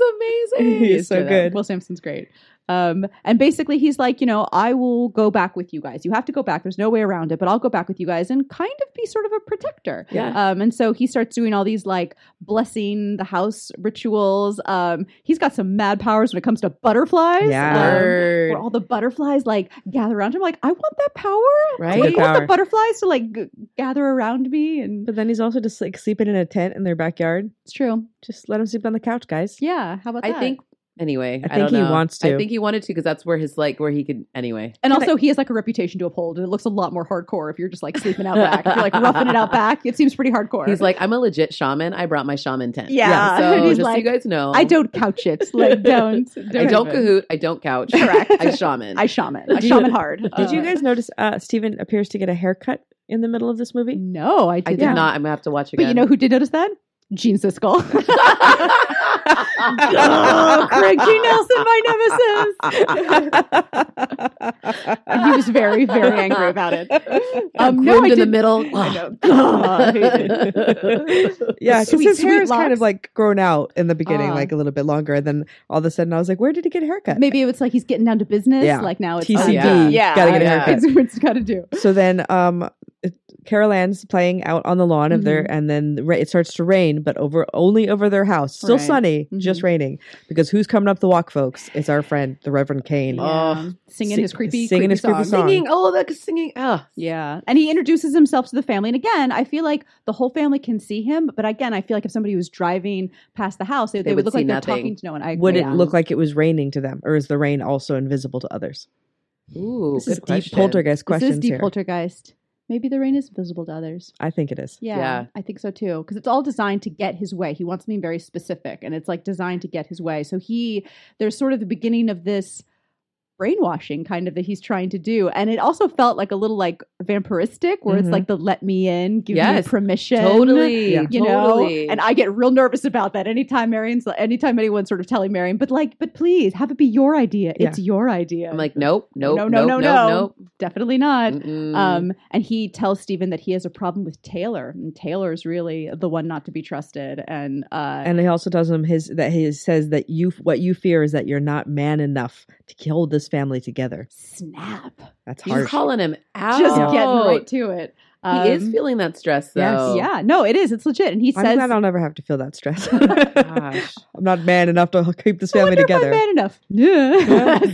Speaker 3: amazing.
Speaker 2: He is so
Speaker 3: True that.
Speaker 2: good.
Speaker 1: Will Sampson's great. Um, and basically, he's like, you know, I will go back with you guys. You have to go back. There's no way around it, but I'll go back with you guys and kind of be sort of a protector.
Speaker 3: Yeah.
Speaker 1: Um, and so he starts doing all these like blessing the house rituals. Um, he's got some mad powers when it comes to butterflies.
Speaker 2: Yeah.
Speaker 1: Um,
Speaker 3: Word.
Speaker 1: where all the butterflies like gather around him. Like, I want that power.
Speaker 2: Good
Speaker 1: Like, I
Speaker 3: right?
Speaker 1: want
Speaker 2: power.
Speaker 1: the butterflies to like g- gather around me. And
Speaker 2: But then he's also just like sleeping in a tent in their backyard.
Speaker 1: it's true.
Speaker 2: Just let him sleep on the couch, guys.
Speaker 1: Yeah. How about
Speaker 3: I
Speaker 1: that?
Speaker 3: think. Anyway,
Speaker 2: I
Speaker 3: I don't
Speaker 2: think he
Speaker 3: know.
Speaker 2: wants to.
Speaker 3: I think he wanted to because that's where his like where he could. Anyway,
Speaker 1: And
Speaker 2: Can I-
Speaker 1: also, he has like a reputation to uphold, and it looks a lot more hardcore if you're just like sleeping out back, If you're like roughing it out back. It seems pretty hardcore.
Speaker 3: he's like, I'm a legit shaman. I brought my shaman tent.
Speaker 1: yeah.
Speaker 2: yeah,
Speaker 3: So
Speaker 1: And he's
Speaker 3: just so
Speaker 1: like,
Speaker 3: you guys know,
Speaker 1: I don't couch it. Like, don't.
Speaker 3: I don't
Speaker 1: even.
Speaker 3: cahoot. I don't couch.
Speaker 1: Correct.
Speaker 3: I shaman.
Speaker 1: I shaman. I
Speaker 2: Did-
Speaker 1: shaman hard.
Speaker 2: Did you
Speaker 1: Uh,
Speaker 2: guys notice uh, Steven appears to get a haircut in the middle of this movie?
Speaker 1: No, I did,
Speaker 3: I did not. I'm gonna have to watch
Speaker 1: But
Speaker 3: again.
Speaker 1: you know who did notice that? Gene Siskel. oh, Craig G. Nelson, my nemesis. and he was very, very angry about it. Um, no,
Speaker 3: Groomed
Speaker 1: I
Speaker 3: in the
Speaker 1: did.
Speaker 3: middle.
Speaker 1: I know. God, I hated it.
Speaker 2: yeah, because
Speaker 1: Sweet,
Speaker 2: his hair
Speaker 1: sweet
Speaker 2: is kind
Speaker 1: locks.
Speaker 2: of like grown out in the beginning,
Speaker 1: Ah.
Speaker 2: like a little bit longer, and then all of a sudden I was like, "Where did he get a haircut?"
Speaker 1: Maybe it's like he's getting down to business.
Speaker 2: Yeah.
Speaker 1: Like now it's
Speaker 2: TCB,
Speaker 1: like,
Speaker 3: yeah.
Speaker 1: yeah,
Speaker 2: gotta get a
Speaker 3: yeah.
Speaker 2: haircut.
Speaker 1: it's what it's got to do.
Speaker 2: So then, um, it- Carol Ann's playing out on the lawn of their, and then the ra- it starts to rain, but over only over their house, still
Speaker 1: Right.
Speaker 2: sunny,
Speaker 1: Mhm.
Speaker 2: just raining. Because who's coming up the walk, folks? It's our friend, the Reverend Kane.
Speaker 3: Oh.
Speaker 1: singing
Speaker 2: Sing-
Speaker 1: his creepy,
Speaker 2: singing
Speaker 1: creepy
Speaker 2: his creepy
Speaker 1: song.
Speaker 2: song.
Speaker 3: singing. Oh, the singing.
Speaker 1: Ah,
Speaker 3: Oh,
Speaker 1: Yeah. And he introduces himself to the family. And again, I feel like the whole family can see him. But again, I feel like if somebody was driving past the house, they, they, would
Speaker 3: would
Speaker 1: look
Speaker 3: see
Speaker 1: like they're
Speaker 3: nothing.
Speaker 1: talking to no one. I
Speaker 2: Would
Speaker 1: agree.
Speaker 2: it look like it was raining to them, or is the rain also invisible to others?
Speaker 3: ooh,
Speaker 2: This
Speaker 3: good
Speaker 2: is deep
Speaker 3: question.
Speaker 2: poltergeist
Speaker 1: This
Speaker 2: questions
Speaker 1: is deep
Speaker 2: here.
Speaker 1: poltergeist. Maybe the rain is visible to others.
Speaker 2: I think it is.
Speaker 1: Yeah,
Speaker 3: Yeah.
Speaker 1: I think so too. Because it's all designed to get his way. He wants something very specific, and it's like designed to get his way. So he, there's sort of the beginning of this brainwashing kind of that he's trying to do, and it also felt like a little like vampiristic, where it's
Speaker 2: Mhm.
Speaker 1: like the let me in, give
Speaker 3: Yes.
Speaker 1: me permission,
Speaker 3: Totally,
Speaker 2: Yeah.
Speaker 1: You
Speaker 3: totally.
Speaker 1: know, and I get real nervous about that anytime Marion's, anytime anyone's sort of telling Marion, but like, but please have it be your idea. It's your idea.
Speaker 3: I'm like, nope, nope,
Speaker 1: No,
Speaker 3: nope,
Speaker 1: no,
Speaker 3: nope,
Speaker 1: no,
Speaker 3: nope,
Speaker 1: no.
Speaker 3: nope.
Speaker 1: definitely not.
Speaker 3: Mm-mm.
Speaker 1: Um, and he tells Stephen that he has a problem with Taylor, and Taylor's really the one not to be trusted. And uh,
Speaker 2: And he also tells him his that he says that you what you fear is that you're not man enough to hold this family together.
Speaker 1: snap,
Speaker 2: That's
Speaker 3: He's
Speaker 2: harsh.
Speaker 3: calling him out.
Speaker 1: just getting right to it. Um,
Speaker 3: he is feeling that stress
Speaker 2: Yes.
Speaker 3: though.
Speaker 1: yeah, no, it is. It's legit. And he
Speaker 2: I'm
Speaker 1: says,
Speaker 2: glad I'll never have to feel that stress.
Speaker 3: Gosh.
Speaker 2: I'm not man enough to keep this
Speaker 3: Oh,
Speaker 1: "I
Speaker 2: family
Speaker 1: wonder if I'm
Speaker 2: together.
Speaker 1: man enough.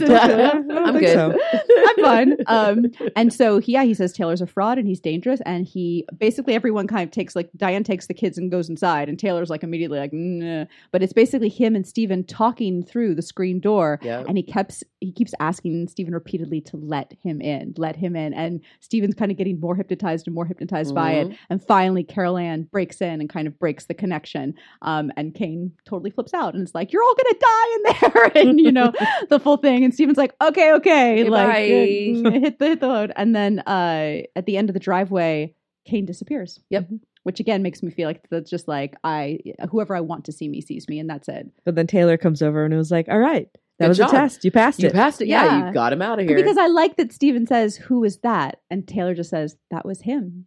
Speaker 2: I don't
Speaker 3: I'm
Speaker 2: think
Speaker 3: good.
Speaker 2: so.
Speaker 1: I'm fine. Um, and so he, yeah, he says Taylor's a fraud and he's dangerous. And he basically everyone kind of takes like Diane takes the kids and goes inside, and Taylor's like immediately like, nah. but it's basically him and Steven talking through the screen door.
Speaker 3: Yeah.
Speaker 1: And he keeps he keeps asking Steven repeatedly to let him in, let him in. And Steven's kind of getting more hypnotized and more hypnotized by it.
Speaker 3: Mm-hmm.
Speaker 1: And finally, Carol Ann breaks in and kind of breaks the connection. Um, and Kane totally flips out and it's like, "You're all gonna die in there," and you know the full thing. And Steven's like, "Okay, okay,
Speaker 3: Okay,
Speaker 1: like
Speaker 3: bye.
Speaker 1: mm, hit the hit the load." And then uh, at the end of the driveway, Kane disappears. Mm-hmm.
Speaker 3: Yep.
Speaker 1: Which again makes me feel like that's just like I whoever I want to see me sees me, and that's it.
Speaker 2: But then Taylor comes over and was like, "All right, that
Speaker 3: Good
Speaker 2: was
Speaker 3: job.
Speaker 2: a test. You passed
Speaker 3: You
Speaker 2: it."
Speaker 3: passed it. Yeah,
Speaker 1: Yeah.
Speaker 3: you got him out of here.
Speaker 1: Because I like that Steven says, Who is that? And Taylor just says, That was him.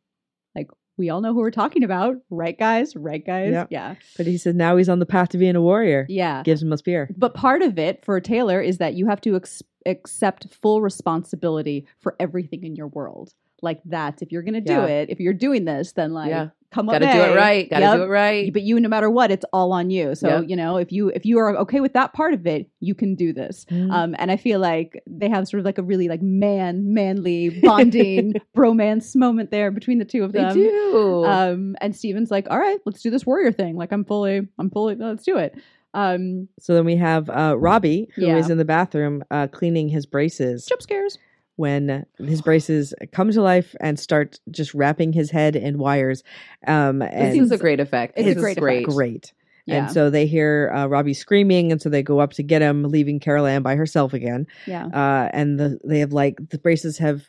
Speaker 1: Like, we all know who we're talking about. Right, guys? Right, guys?
Speaker 2: Yep.
Speaker 1: Yeah.
Speaker 2: but he said now he's on the path to being a warrior.
Speaker 1: Yeah.
Speaker 2: Gives him a spear.
Speaker 1: But part of it for Taylor is that you have to ex- accept full responsibility for everything in your world. like that. If you're gonna do
Speaker 3: Yeah.
Speaker 1: it, if you're doing this, then like
Speaker 3: Yeah.
Speaker 1: come
Speaker 3: Gotta
Speaker 1: up.
Speaker 3: do it right. Gotta
Speaker 1: Yep.
Speaker 3: do it right.
Speaker 1: But you, no matter what, it's all on you. So
Speaker 3: Yeah.
Speaker 1: you know, if you if you are okay with that part of it, you can do this.
Speaker 3: Mm-hmm.
Speaker 2: Uh,
Speaker 1: Um, and I feel like they have sort of like a really like man, manly bonding bromance moment there between the two of
Speaker 3: they
Speaker 1: them.
Speaker 3: do.
Speaker 1: Um, and Steven's like, all right, let's do this warrior thing. Like I'm fully, I'm fully, let's do it. Um,
Speaker 2: so then we have uh, Robbie, who is
Speaker 1: Yeah.
Speaker 2: in the bathroom uh, cleaning his braces
Speaker 1: jump scares.
Speaker 2: when his braces come to life and start just wrapping his head in wires. Um,
Speaker 3: this
Speaker 2: and
Speaker 3: is a great effect.
Speaker 1: It's a
Speaker 3: This is
Speaker 1: great effect.
Speaker 3: great.
Speaker 2: great.
Speaker 1: Yeah.
Speaker 2: And so they hear uh, Robbie screaming, and so they go up to get him, leaving Carol Ann by herself again.
Speaker 1: yeah.
Speaker 2: Uh, and the, they have like the braces have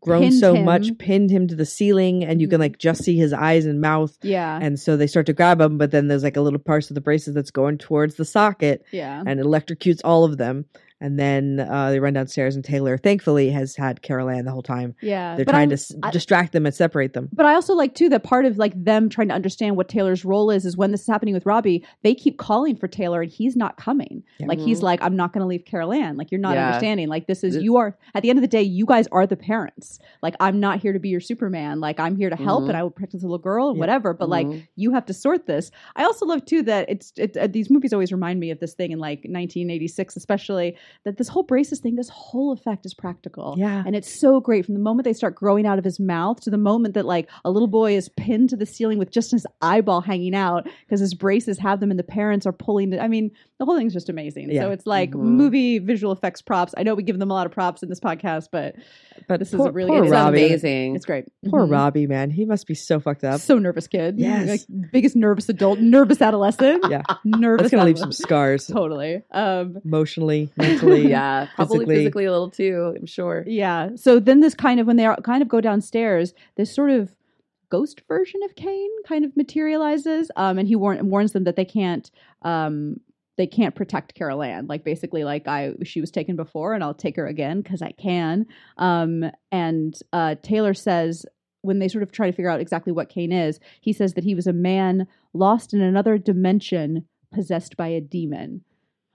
Speaker 2: grown
Speaker 1: Pinned
Speaker 2: so
Speaker 1: him.
Speaker 2: much, pinned him to the ceiling, and you can
Speaker 1: Mhm.
Speaker 2: like just see his eyes and mouth.
Speaker 1: Yeah.
Speaker 2: And so they start to grab him, but then there's like a little parts of the braces that's going towards the socket
Speaker 1: yeah.
Speaker 2: and electrocutes all of them. And then uh, they run downstairs, and Taylor thankfully has had Carol Ann the whole time.
Speaker 1: Yeah.
Speaker 2: They're
Speaker 1: But
Speaker 2: trying
Speaker 1: I'm-
Speaker 2: to s
Speaker 1: I-
Speaker 2: distract them and separate them.
Speaker 1: But I also like too that part of like them trying to understand what Taylor's role is is when this is happening with Robbie, they keep calling for Taylor and he's not coming.
Speaker 2: Yeah.
Speaker 1: Like he's
Speaker 3: Mhm.
Speaker 1: like, I'm not going to leave Carol Ann. Like you're not
Speaker 3: Yeah.
Speaker 1: understanding. Like this is
Speaker 3: Th-
Speaker 1: you are at the end of the day, you guys are the parents. Like I'm not here to be your Superman. Like I'm here to help
Speaker 3: Mhm.
Speaker 1: and I will protect this little girl and
Speaker 2: Mm-hmm. Yeah. Mm-hmm.
Speaker 1: whatever. But like
Speaker 3: Mhm.
Speaker 1: you have to sort this. I also love too that it's it, uh, these movies always remind me of this thing in like 1986, especially that this whole braces thing, this whole effect is practical.
Speaker 2: Yeah.
Speaker 1: And it's so great from the moment they start growing out of his mouth to the moment that like a little boy is pinned to the ceiling with just his eyeball hanging out because his braces have them and the parents are pulling it. I mean, the whole thing's just amazing. So
Speaker 2: Yeah. Mm-hmm.
Speaker 1: it's like
Speaker 3: Mhm.
Speaker 1: movie visual effects props. I know we give them a lot of props in this podcast, but
Speaker 2: But
Speaker 1: This is
Speaker 2: poor,
Speaker 1: a really-
Speaker 2: poor
Speaker 1: it's
Speaker 3: It's
Speaker 2: Robbie.
Speaker 3: amazing.
Speaker 1: it's great.
Speaker 2: Poor
Speaker 1: Mhm.
Speaker 2: Robbie, man. He must be so fucked up.
Speaker 1: So nervous kid.
Speaker 2: Mm-hmm. Yes.
Speaker 1: Like, biggest nervous adult, nervous adolescent.
Speaker 2: Yeah.
Speaker 1: Nervous.
Speaker 2: That's going to leave some
Speaker 1: adolescent.
Speaker 2: scars
Speaker 1: Totally. Um,
Speaker 2: emotionally, mentally.
Speaker 3: yeah, probably
Speaker 2: Physically.
Speaker 3: physically. a little too. I'm sure.
Speaker 1: Yeah. So then this kind of when they are, kind of go downstairs, this sort of ghost version of Cain kind of materializes, um, and he warn- warns them that they can't um, they can't protect Carol Ann. Like basically, like I she was taken before, and I'll take her again because I can. Um, and uh, Taylor says when they sort of try to figure out exactly what Cain is, he says that he was a man lost in another dimension, possessed by a demon.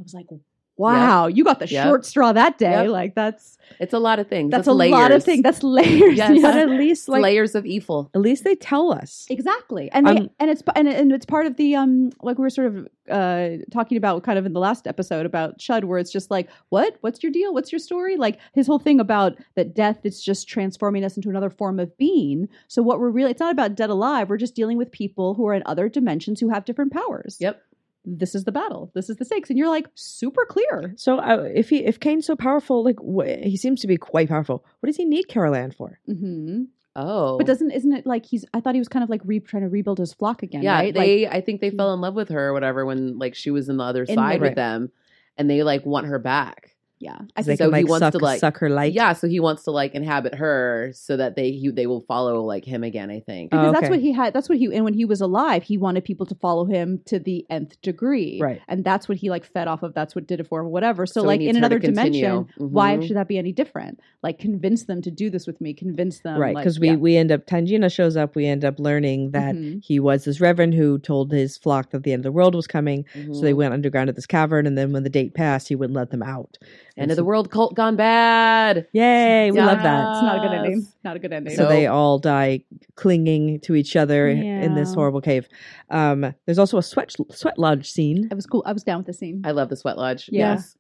Speaker 1: I was like. Wow, you got the
Speaker 3: Yep.
Speaker 1: short straw that day.
Speaker 3: Yep.
Speaker 1: Like that's
Speaker 3: It's a lot of things.
Speaker 1: that's
Speaker 3: It's
Speaker 1: a
Speaker 3: layers.
Speaker 1: lot of things. That's layers.
Speaker 3: Yes.
Speaker 1: yeah.
Speaker 2: But at least,
Speaker 3: It's
Speaker 2: like,
Speaker 3: layers of evil.
Speaker 2: at least they tell us.
Speaker 1: Exactly, and they-
Speaker 2: Um,
Speaker 1: and it's and, and it's part of the um like we were sort of uh talking about kind of in the last episode about Chud, where it's just like what what's your deal, what's your story, like his whole thing about that death is just transforming us into another form of being. So what we're really it's not about dead alive. We're just dealing with people who are in other dimensions who have different powers.
Speaker 3: Yep.
Speaker 1: This is the battle. This is the stakes, and you're like super clear.
Speaker 2: So uh, if he if Kane's so powerful, like wh- he seems to be quite powerful. What does he need Carol Ann for?
Speaker 1: hmm
Speaker 3: Oh,
Speaker 1: But doesn't isn't it like he's? I thought he was kind of like re- trying to rebuild his flock again.
Speaker 3: yeah,
Speaker 1: right? like,
Speaker 3: they. I think they fell in love with her or whatever when like she was in the other
Speaker 1: In
Speaker 3: side
Speaker 1: the-
Speaker 3: with them, and they like want her back.
Speaker 1: yeah.
Speaker 2: I
Speaker 3: think
Speaker 2: they
Speaker 3: so.
Speaker 2: can,
Speaker 3: He
Speaker 2: like,
Speaker 3: wants
Speaker 2: suck,
Speaker 3: to, like-
Speaker 2: suck her light.
Speaker 3: Yeah, so he wants to like inhabit her so that they he, they will follow like him again. I think.
Speaker 2: Oh,
Speaker 1: because that's
Speaker 2: okay.
Speaker 1: what he had that's what he and when he was alive he wanted people to follow him to the nth degree
Speaker 2: Right.
Speaker 1: and that's what he like fed off of that's what did it for him whatever so,
Speaker 3: So he
Speaker 1: like
Speaker 3: needs
Speaker 1: in
Speaker 3: her to
Speaker 1: another dimension
Speaker 3: continue.
Speaker 1: why
Speaker 2: Mm-hmm.
Speaker 3: Mhm.
Speaker 1: should that be any different like convince them to do this with me convince
Speaker 3: um,
Speaker 1: them
Speaker 2: right.
Speaker 1: like-
Speaker 2: Because we
Speaker 1: yeah.
Speaker 2: we end up Tanjina shows up. We end up learning that
Speaker 3: Mm-hmm.
Speaker 1: Mhm.
Speaker 2: he was this reverend who told his flock that the end of the world was coming. So they
Speaker 3: Mhm.
Speaker 2: went underground at this cavern, and then when the date passed, he wouldn't let them out.
Speaker 3: end
Speaker 2: And
Speaker 3: of
Speaker 2: so-
Speaker 3: the world cult gone bad.
Speaker 2: Yay! We love that.
Speaker 1: it's not a good ending
Speaker 3: Yes.
Speaker 1: not a good ending
Speaker 2: So
Speaker 3: No.
Speaker 2: they all die clinging to each other in this
Speaker 1: Yeah.
Speaker 2: horrible cave. Um, there's also a sweat sweat lodge scene,
Speaker 1: i was cool i was down with the scene
Speaker 3: I love the sweat lodge.
Speaker 1: Yeah.
Speaker 3: Yes.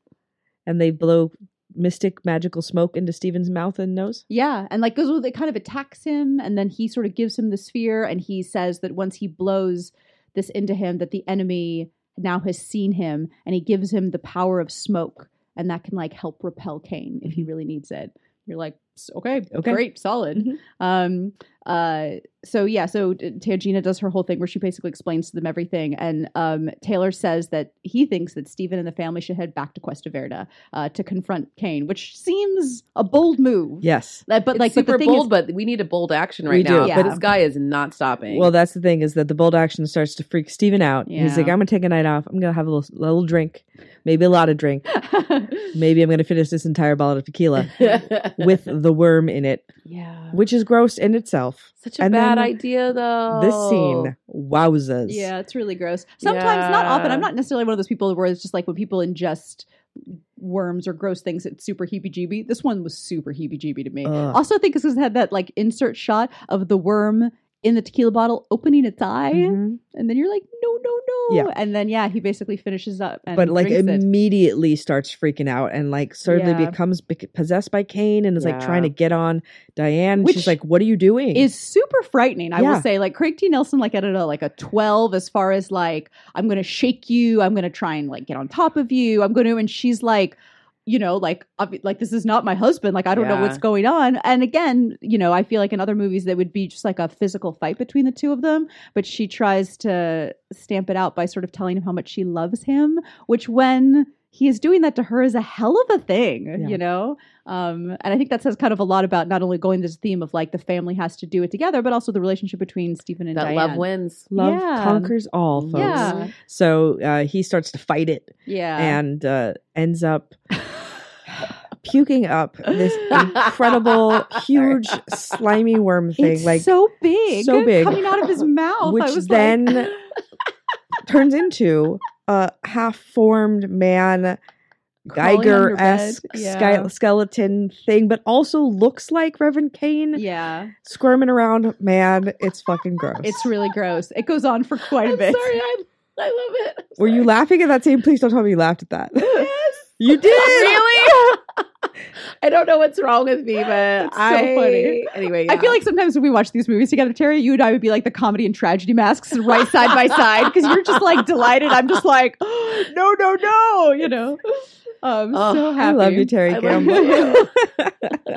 Speaker 2: and they blow mystic magical smoke into Steven's mouth and nose.
Speaker 1: Yeah, and like goes with it, kind of attacks him, and then he sort of gives him the sphere, and he says that once he blows this into him, that the enemy now has seen him, and he gives him the power of smoke, and that can like help repel Cain if he really needs it. You're like, "S- okay,
Speaker 2: Okay.
Speaker 1: great, solid.
Speaker 2: Mhm.
Speaker 1: Um, uh, so yeah, so uh, Tangina does her whole thing where she basically explains to them everything, and um, Taylor says that he thinks that Stephen and the family should head back to Cuesta Verde uh, to confront Cain, which seems a bold move.
Speaker 2: Yes.
Speaker 1: Like, but
Speaker 3: It's
Speaker 1: like, but
Speaker 3: super
Speaker 1: the thing
Speaker 3: bold,
Speaker 1: is,
Speaker 3: but we need a bold action
Speaker 2: We
Speaker 3: right
Speaker 2: do,
Speaker 3: now.
Speaker 1: Yeah.
Speaker 3: But
Speaker 1: but-
Speaker 3: this guy is not stopping.
Speaker 2: Well, that's the thing is that the bold action starts to freak Steven out. He's like,
Speaker 1: Yeah.
Speaker 2: I'm gonna take a night off. I'm gonna have a little, little drink, maybe a lot of drink. Maybe I'm gonna finish this entire bottle of tequila with the worm in it,
Speaker 1: yeah,
Speaker 2: which is gross in itself.
Speaker 3: such a
Speaker 2: And
Speaker 3: bad
Speaker 2: then
Speaker 3: idea though.
Speaker 2: This
Speaker 1: Oh.
Speaker 2: scene, wowzas.
Speaker 1: yeah, it's really gross. Sometimes, not often.
Speaker 3: Yeah.
Speaker 1: I'm not necessarily one of those people where it's just like when people ingest worms or gross things at super heebie-jeebie. This one was super heebie-jeebie to me.
Speaker 2: Ugh.
Speaker 1: Also, I think this has had that like insert shot of the worm in the tequila bottle opening its eye,
Speaker 2: Mhm.
Speaker 1: and then you're like, no, no, no.
Speaker 2: Yeah.
Speaker 1: And then yeah, he basically finishes up and
Speaker 2: But like
Speaker 1: drinks it.
Speaker 2: immediately starts freaking out and like suddenly
Speaker 1: Yeah.
Speaker 2: becomes bec- possessed by Cain and is like trying to
Speaker 3: Yeah.
Speaker 2: get on Diane.
Speaker 1: Which
Speaker 2: She's like, "What are you doing?"
Speaker 1: is super frightening. I
Speaker 2: Yeah.
Speaker 1: will say, like Craig T. Nelson, like at a like a twelve, as far as like I'm going to shake you, I'm going to try and like get on top of you, I'm going to, and she's like, you know, like obvi- like this is not my husband, like I don't know
Speaker 3: Yeah.
Speaker 1: what's going on. And again, you know, I feel like in other movies they would be just like a physical fight between the two of them, but she tries to stamp it out by sort of telling him how much she loves him, which when he is doing that to her is a hell of a thing,
Speaker 2: Yeah.
Speaker 1: you know? Um, and I think that says kind of a lot about not only going this theme of like the family has to do it together, but also the relationship between Stephen and
Speaker 3: that
Speaker 1: Diane.
Speaker 3: love wins.
Speaker 2: Love
Speaker 1: Yeah.
Speaker 2: conquers all, folks.
Speaker 1: Yeah.
Speaker 2: So uh, he starts to fight it
Speaker 1: Yeah.
Speaker 2: and uh, ends up puking up this incredible, huge, slimy worm thing.
Speaker 1: it's
Speaker 2: like
Speaker 1: so big.
Speaker 2: so big.
Speaker 1: Coming out of his mouth. I
Speaker 2: which
Speaker 1: was
Speaker 2: then
Speaker 1: like,
Speaker 2: turns into a half-formed man
Speaker 1: Crawling under bed.
Speaker 2: Geiger-esque
Speaker 1: Yeah.
Speaker 2: ske- skeleton thing, but also looks like Reverend Kane
Speaker 1: yeah.
Speaker 2: squirming around. Man, it's fucking gross.
Speaker 1: It's really gross. It goes on for quite a
Speaker 3: I'm
Speaker 1: bit.
Speaker 3: sorry, I, I love it. I'm
Speaker 2: Were you
Speaker 3: sorry.
Speaker 2: laughing at that scene? Please don't tell me you laughed at that.
Speaker 3: Yes.
Speaker 2: You did.
Speaker 3: really? I don't know what's wrong with me, but
Speaker 1: It's so
Speaker 3: I.
Speaker 1: funny.
Speaker 3: Anyway,
Speaker 1: I feel
Speaker 3: yeah.
Speaker 1: like sometimes when we watch these movies together, Terry, you and I would be like the comedy and tragedy masks right side by side because you're just like delighted. I'm just like, no, no, no, you know. Um,
Speaker 3: Oh,
Speaker 1: so
Speaker 2: I
Speaker 1: happy.
Speaker 2: love you, Terry
Speaker 3: I love
Speaker 2: Campbell.
Speaker 3: you.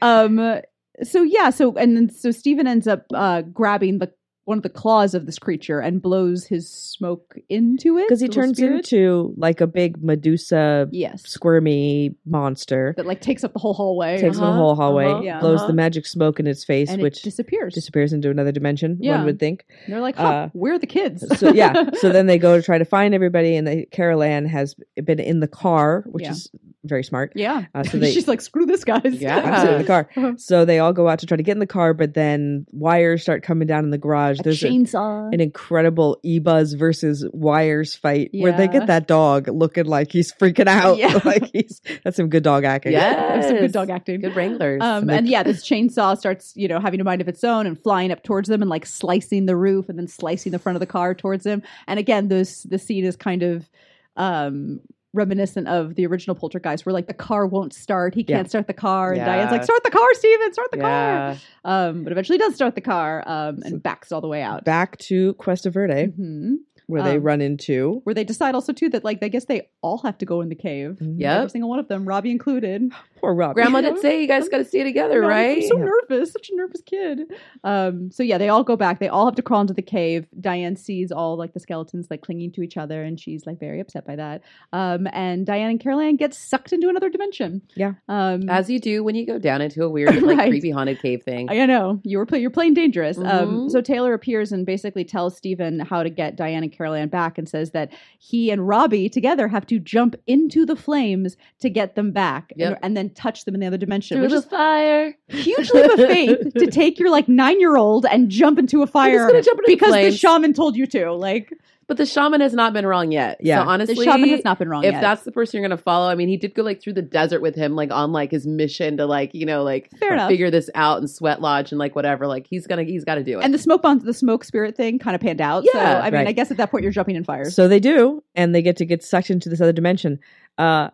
Speaker 1: um so yeah so and then so steven ends up uh grabbing the one of the claws of this creature and blows his smoke into it
Speaker 2: Because he
Speaker 1: the little
Speaker 2: turns
Speaker 1: spirit.
Speaker 2: into like a big Medusa
Speaker 1: yes
Speaker 2: squirmy monster.
Speaker 1: that like takes up the whole hallway
Speaker 2: Takes the
Speaker 3: Uh-huh,
Speaker 2: whole hallway,
Speaker 3: uh-huh,
Speaker 1: Yeah.
Speaker 2: blows the
Speaker 3: uh-huh.
Speaker 2: magic smoke in its face,
Speaker 1: and
Speaker 2: which
Speaker 1: it disappears
Speaker 2: disappears into another dimension, one
Speaker 1: Yeah.
Speaker 2: would think.
Speaker 1: And they're like huh,
Speaker 2: uh,
Speaker 1: we're the kids
Speaker 2: So yeah. so then they go to try to find everybody and they Carol Ann has been in the car, which
Speaker 1: Yeah.
Speaker 2: is very smart.
Speaker 1: yeah
Speaker 2: Uh, so they
Speaker 1: she's like screw this guys
Speaker 3: Yeah.
Speaker 2: I'm sitting in the car.
Speaker 1: Uh-huh.
Speaker 2: So they all go out to try to get in the car, but then wires start coming down in the garage.
Speaker 1: A
Speaker 2: There's a-
Speaker 1: chainsaw
Speaker 2: an incredible E-Buzz versus Wires fight where they
Speaker 1: Yeah.
Speaker 2: get that dog looking like he's freaking out.
Speaker 1: Yeah.
Speaker 2: like he's that's some good dog acting.
Speaker 1: That was some good
Speaker 3: Yes.
Speaker 1: dog acting
Speaker 3: Good Wranglers.
Speaker 1: Um,
Speaker 2: Like-
Speaker 1: and yeah, this chainsaw starts, you know, having a mind of its own and flying up towards them and like slicing the roof and then slicing the front of the car towards them. And again, this the scene is kind of um, reminiscent of the original Poltergeist, where like the car won't start, he
Speaker 2: Yeah.
Speaker 1: can't start the car, and
Speaker 3: Yeah.
Speaker 1: Diane's like, "Start the car, Steven, start the car."
Speaker 3: yeah.
Speaker 1: Um, but eventually, does start the car um,
Speaker 2: So- eh?
Speaker 1: and backs all the way out.
Speaker 2: Back to Cuesta Verde
Speaker 1: Mhm.
Speaker 2: where they
Speaker 1: Um,
Speaker 2: run into
Speaker 1: Where they decide also too that like I guess they all have to go in the cave.
Speaker 2: Mm-hmm.
Speaker 3: Yep.
Speaker 1: Every single one of them, Robbie included.
Speaker 2: poor Rob.
Speaker 3: Grandma did say you guys got to stay together,
Speaker 1: No,
Speaker 3: right?
Speaker 1: I'm so
Speaker 2: Yeah.
Speaker 1: nervous, such a nervous kid. Um, so yeah, they all go back. They all have to crawl into the cave. Diane sees all like the skeletons like clinging to each other, and she's like very upset by that. Um, and Diane and Caroline get sucked into another dimension.
Speaker 2: Yeah.
Speaker 1: Um,
Speaker 3: As you do when you go down into a weird, like
Speaker 1: Right.
Speaker 3: creepy haunted cave thing.
Speaker 1: I know you were play, you're playing dangerous. Um,
Speaker 3: Mhm.
Speaker 1: so Taylor appears and basically tells Stephen how to get Diane and Carol Ann back, and says that he and Robbie together have to jump into the flames to get them back, and-
Speaker 3: Yep.
Speaker 1: and, then touch them in the other dimension,
Speaker 3: Through
Speaker 1: which
Speaker 3: the
Speaker 1: is
Speaker 3: fire.
Speaker 1: huge leap of faith to take your like nine year old and jump into a
Speaker 3: I'm
Speaker 1: fire
Speaker 3: just gonna jump into
Speaker 1: because the
Speaker 3: flames.
Speaker 1: shaman told you to. Like
Speaker 3: but the shaman has not been wrong yet.
Speaker 2: Yeah.
Speaker 3: So honestly,
Speaker 1: the shaman has not been wrong
Speaker 3: if
Speaker 1: yet.
Speaker 3: that's the person you're gonna follow, I mean, he did go like through the desert with him, like on like his mission to like you know like
Speaker 1: fair enough.
Speaker 3: figure this out and sweat lodge and like whatever. Like he's gonna he's got to do it.
Speaker 1: And the smoke bomb, the smoke spirit thing, kind of panned out. so
Speaker 3: Yeah,
Speaker 1: I mean,
Speaker 2: right.
Speaker 1: I guess at that point you're jumping in fire.
Speaker 2: So they do, and they get to get sucked into this other dimension, uh,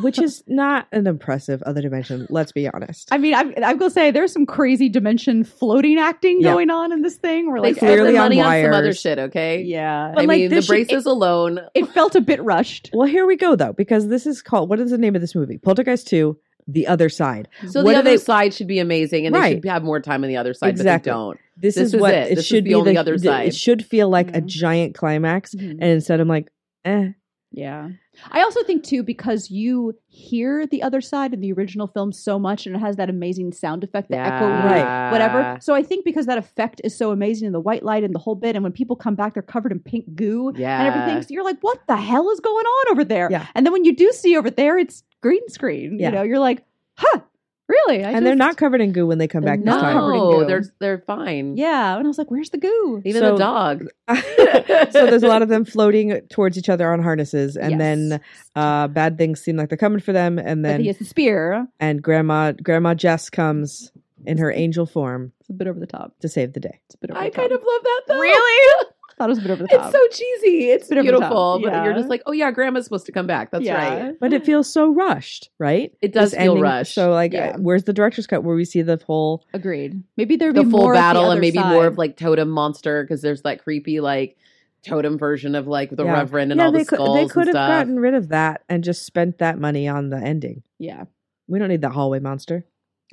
Speaker 2: which is not an impressive other dimension. Let's be honest.
Speaker 1: I mean, I'm, I'm gonna say there's some crazy dimension floating acting
Speaker 2: Yeah.
Speaker 1: going on in this thing. We're
Speaker 3: they
Speaker 1: like,
Speaker 3: spent their
Speaker 2: clearly on
Speaker 3: money on, some other
Speaker 2: wires.
Speaker 3: shit. Okay.
Speaker 1: yeah,
Speaker 2: But,
Speaker 3: I
Speaker 2: like,
Speaker 3: mean, the
Speaker 2: this should-
Speaker 3: braces alone.
Speaker 1: it felt a bit rushed.
Speaker 2: well, here we go though, because this is called what is the name of this movie? Poltergeist Two: The Other Side.
Speaker 3: So
Speaker 2: What
Speaker 3: the
Speaker 2: do
Speaker 3: other
Speaker 2: they-
Speaker 3: side should be amazing, and
Speaker 2: Right.
Speaker 3: they should have more time on the other side,
Speaker 2: Exactly.
Speaker 3: but they don't.
Speaker 2: This,
Speaker 3: This
Speaker 2: is,
Speaker 3: is
Speaker 2: what
Speaker 3: it.
Speaker 2: it
Speaker 3: This is
Speaker 2: should
Speaker 3: the
Speaker 2: be.
Speaker 3: only other
Speaker 2: th-
Speaker 3: side. Mm-hmm.
Speaker 2: It should feel like a
Speaker 1: Mhm.
Speaker 2: giant climax, and instead I'm like, eh,
Speaker 1: Mm-hmm. Yeah. I also think too because you hear the other side in the original film so much and it has that amazing sound effect, the echo,
Speaker 3: Yeah.
Speaker 1: right.
Speaker 3: Right.
Speaker 1: whatever. So I think because that effect is so amazing and the white light and the whole bit and when people come back they're covered in pink goo
Speaker 3: Yeah.
Speaker 1: and everything. So you're like what the hell is going on over there?
Speaker 2: Yeah.
Speaker 1: And then when you do see over there it's green screen,
Speaker 2: Yeah.
Speaker 1: you know. You're like, "Huh, Really? I
Speaker 2: and they're
Speaker 1: just-
Speaker 2: not covered in goo when they come
Speaker 1: They're
Speaker 2: back this
Speaker 1: not
Speaker 2: time.
Speaker 1: covered in
Speaker 3: No,
Speaker 1: goo.
Speaker 3: they're they're fine.
Speaker 1: Yeah. And I was like, where's the goo?
Speaker 3: Even
Speaker 2: So-
Speaker 3: the dog.
Speaker 2: so there's a lot of them floating towards each other on harnesses, and
Speaker 1: Yes.
Speaker 2: then uh, bad things seem like they're coming for them, and
Speaker 1: But
Speaker 2: then
Speaker 1: he has the spear.
Speaker 2: and Grandma Grandma Jess comes in her angel form
Speaker 1: It's a bit over the top.
Speaker 2: to save the day.
Speaker 1: It's a bit over
Speaker 3: I
Speaker 1: the top.
Speaker 3: kind of love that though.
Speaker 1: Really? thought it was a bit over the top.
Speaker 3: It's so cheesy. It's
Speaker 1: Bit over the top,
Speaker 3: beautiful, but
Speaker 1: yeah.
Speaker 3: you're just like, oh yeah, grandma's supposed to come back. That's
Speaker 1: Yeah.
Speaker 3: right.
Speaker 2: But it feels so rushed, right?
Speaker 3: It does
Speaker 2: This
Speaker 3: feel
Speaker 2: ending-
Speaker 3: rushed.
Speaker 2: So like,
Speaker 1: Yeah.
Speaker 2: uh, where's the director's cut where we see the whole?
Speaker 1: Agreed. Maybe there'd
Speaker 3: the
Speaker 1: be
Speaker 3: full
Speaker 1: more of
Speaker 3: battle
Speaker 1: the
Speaker 3: and
Speaker 1: other
Speaker 3: maybe
Speaker 1: side.
Speaker 3: more of like totem monster because there's that creepy like totem version of like the
Speaker 2: Yeah.
Speaker 3: reverend and all the
Speaker 2: they could
Speaker 3: skulls
Speaker 2: they could
Speaker 3: and
Speaker 2: have
Speaker 3: stuff.
Speaker 2: gotten rid of that and just spent that money on the ending.
Speaker 1: yeah.
Speaker 2: We don't need that hallway monster.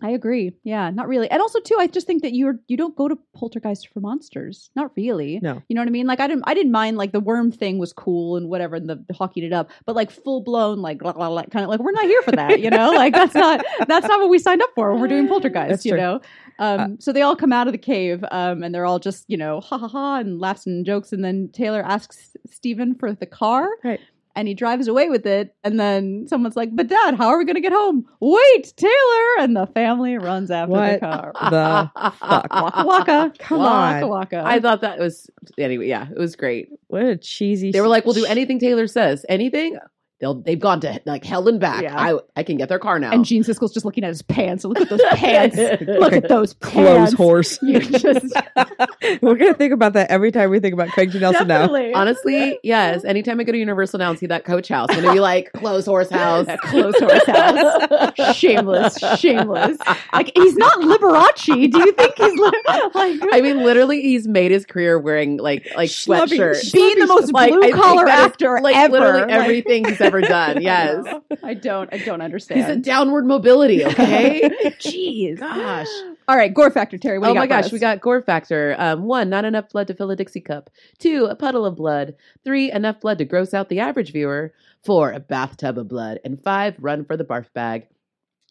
Speaker 1: I agree. Yeah, not really. And also too, I just think that you're you don't go to poltergeist for monsters. Not really.
Speaker 2: No.
Speaker 1: You know what I mean? Like I didn't I didn't mind like the worm thing was cool and whatever and the, the hockeyed it up, but like full blown like blah, blah, blah, kind of like we're not here for that, you know? Like that's not that's not what we signed up for when we're doing poltergeist,
Speaker 2: That's
Speaker 1: you
Speaker 2: true. Uh,
Speaker 1: know. Um so they all come out of the cave um and they're all just, you know, ha ha ha and laughs and jokes and then Taylor asks Stephen for the car.
Speaker 2: Right.
Speaker 1: And he drives away with it, and then someone's like, "But Dad, how are we going to get home?" Wait, Taylor, and the family runs after the
Speaker 2: What?
Speaker 1: car.
Speaker 2: The fuck?
Speaker 1: Waka waka,
Speaker 2: Come
Speaker 1: waka
Speaker 2: on.
Speaker 1: waka.
Speaker 3: I thought that was anyway. Yeah, it was great.
Speaker 2: What a cheesy.
Speaker 3: They were like, "We'll do anything Taylor says. Anything." They'll they've gone to like hell and back.
Speaker 1: Yeah.
Speaker 3: I I can get their car now.
Speaker 1: and Gene Siskel's just looking at his pants. Look at those pants. Look at those
Speaker 2: close
Speaker 1: pants.
Speaker 2: horse.
Speaker 1: You're just
Speaker 2: We're gonna think about that every time we think about Craig T. Nelson now.
Speaker 1: definitely
Speaker 3: Honestly, yes. Anytime I go to Universal now and see that coach house, I'm gonna be like, close horse house.
Speaker 1: that close horse house. shameless, shameless. Like he's not Liberace. Do you think he's li- like?
Speaker 3: I mean, literally, he's made his career wearing like like
Speaker 2: Schlubby-
Speaker 3: sweatshirts.
Speaker 1: being the most
Speaker 3: Like, I
Speaker 1: blue
Speaker 3: think
Speaker 1: collar
Speaker 3: that is,
Speaker 1: actor
Speaker 3: like
Speaker 1: ever.
Speaker 3: literally
Speaker 1: Like-
Speaker 3: everything he's ever done. Yes,
Speaker 1: I don't. I don't understand.
Speaker 3: he's a downward mobility. Okay,
Speaker 1: Jeez.
Speaker 3: Gosh.
Speaker 1: All right, gore factor, Terry. What do
Speaker 3: oh
Speaker 1: you got
Speaker 3: my
Speaker 1: for
Speaker 3: gosh,
Speaker 1: us?
Speaker 3: we got gore factor. Um, one, not enough blood to fill a Dixie cup. Two, a puddle of blood. Three, enough blood to gross out the average viewer. Four, a bathtub of blood. And five, run for the barf bag.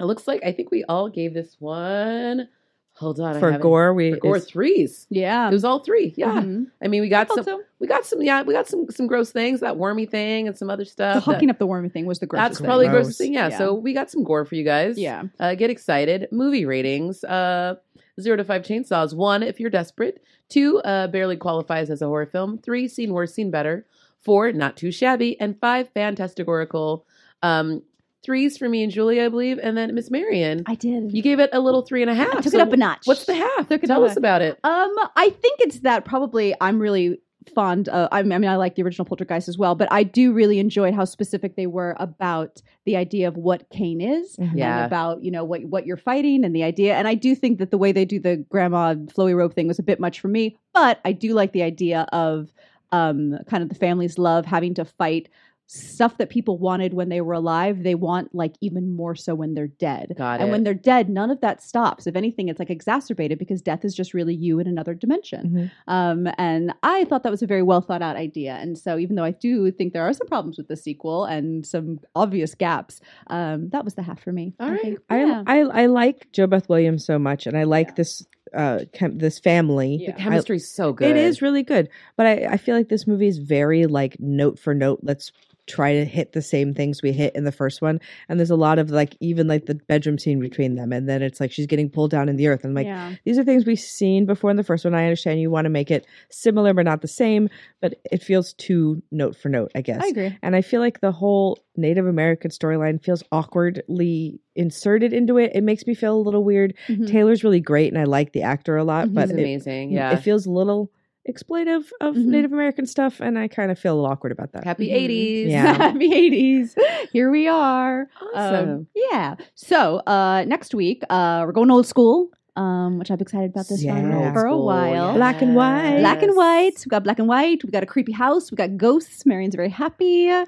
Speaker 3: It looks like I think we all gave this one. Hold on, I
Speaker 2: For
Speaker 3: haven't-
Speaker 2: gore, we
Speaker 3: for gore
Speaker 2: is-
Speaker 3: threes.
Speaker 1: Yeah.
Speaker 3: It was all three. Yeah,
Speaker 1: Mhm.
Speaker 3: I mean, we got some.
Speaker 1: Also,
Speaker 3: We got some. Yeah, we got some some gross things. That wormy thing and some other stuff.
Speaker 1: the
Speaker 3: that-
Speaker 1: hooking up the wormy thing was the grossest.
Speaker 3: that's probably
Speaker 1: thing.
Speaker 3: the
Speaker 2: Gross.
Speaker 3: grossest thing. Yeah,
Speaker 1: Yeah.
Speaker 3: So we got some gore for you guys.
Speaker 1: Yeah.
Speaker 3: Uh, get excited. Movie ratings. Uh, zero to five chainsaws. One, if you're desperate. Two, uh, barely qualifies as a horror film. Three, seen worse, seen better. Four, not too shabby. And five, fantastical. Um, threes for me and Julia, I believe. And then Miss Marion,
Speaker 1: I did.
Speaker 3: you gave it a little three and a half.
Speaker 1: I took
Speaker 3: So
Speaker 1: it up a notch.
Speaker 3: What's the half?
Speaker 1: Took it
Speaker 3: Tell
Speaker 1: up a-
Speaker 3: us about it.
Speaker 1: Um, I think it's that probably I'm really fond of I mean, I mean I like the original Poltergeist as well, but I do really enjoyed how specific they were about the idea of what Kane is.
Speaker 2: Mhm.
Speaker 1: and
Speaker 3: Yeah.
Speaker 1: about you know what what you're fighting and the idea. And I do think that the way they do the grandma flowy rope thing was a bit much for me, but I do like the idea of um, kind of the family's love having to fight stuff that people wanted when they were alive. They want like even more so when they're dead.
Speaker 3: Got
Speaker 1: and
Speaker 3: it.
Speaker 1: when they're dead, none of that stops. If anything, it's like exacerbated because death is just really you in another dimension.
Speaker 2: Mhm.
Speaker 3: Mm-hmm.
Speaker 1: Um, and I thought that was a very well thought out idea. And so, even though I do think there are some problems with the sequel and some obvious gaps, um, that was the half for me.
Speaker 3: All
Speaker 1: I
Speaker 3: right.
Speaker 1: think.
Speaker 2: I,
Speaker 1: Yeah.
Speaker 2: I I like Joe Beth Williams so much, and I like
Speaker 1: Yeah.
Speaker 2: this uh chem- this family.
Speaker 1: Yeah.
Speaker 3: The chemistry's so good.
Speaker 2: It is really good, but I I feel like this movie is very like note for note. Let's try to hit the same things we hit in the first one, and there's a lot of like even like the bedroom scene between them, and then it's like she's getting pulled down in the earth, and like
Speaker 1: yeah.
Speaker 2: these are things we've seen before in the first one. I understand you want to make it similar but not the same, but it feels too note for note, I guess.
Speaker 1: I agree.
Speaker 2: And I feel like the whole Native American storyline feels awkwardly inserted into it. It makes me feel a little weird.
Speaker 1: Mhm.
Speaker 2: Taylor's really great and I like the actor a lot,
Speaker 1: Mhm.
Speaker 2: but
Speaker 3: It's
Speaker 2: it,
Speaker 3: amazing. Yeah.
Speaker 2: it feels a little exploitive of
Speaker 1: Mhm.
Speaker 2: Native American stuff and I kind of feel a little awkward about that.
Speaker 3: Happy
Speaker 1: Mhm.
Speaker 3: 80s.
Speaker 2: Yeah.
Speaker 1: Happy 80s. Here we are.
Speaker 3: Awesome.
Speaker 1: Um, yeah. So uh, next week, uh, we're going old school, um, which I'm excited about this one
Speaker 2: Yeah.
Speaker 1: for a
Speaker 3: School,
Speaker 1: while.
Speaker 3: yeah.
Speaker 2: Black and white.
Speaker 1: Black and white. We got black and white. We got a creepy house. We got ghosts. Marion's very happy. Uh,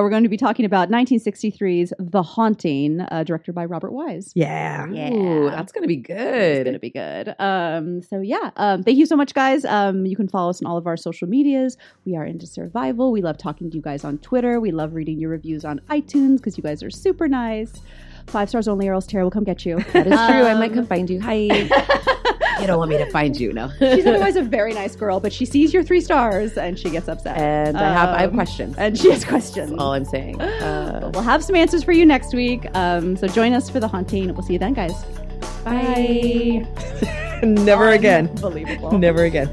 Speaker 1: we're going to be talking about 1963's The Haunting, uh, directed by Robert Wise.
Speaker 2: Yeah.
Speaker 3: Ooh, that's gonna be
Speaker 1: It's
Speaker 3: good.
Speaker 1: going to be good. Um, so, yeah. Um, thank you so much, guys. Um, you can follow us on all of our social medias. We are into survival. We love talking to you guys on Twitter. We love reading your reviews on iTunes because you guys are super nice. Five stars only, or else Tara will come get you.
Speaker 3: that is true. I
Speaker 1: Um,
Speaker 3: might come find you. Hi. You don't want me to find you, no.
Speaker 1: She's otherwise a very nice girl, but she sees your three stars and she gets upset.
Speaker 3: and I have I have
Speaker 1: Um,
Speaker 3: questions.
Speaker 1: And she has questions.
Speaker 3: That's all I'm saying.
Speaker 1: But
Speaker 3: Uh,
Speaker 1: we'll have some answers for you next week. Um, so join us for the haunting. We'll see you then, guys.
Speaker 3: Bye.
Speaker 2: Never again.
Speaker 1: Unbelievable.
Speaker 2: Never again.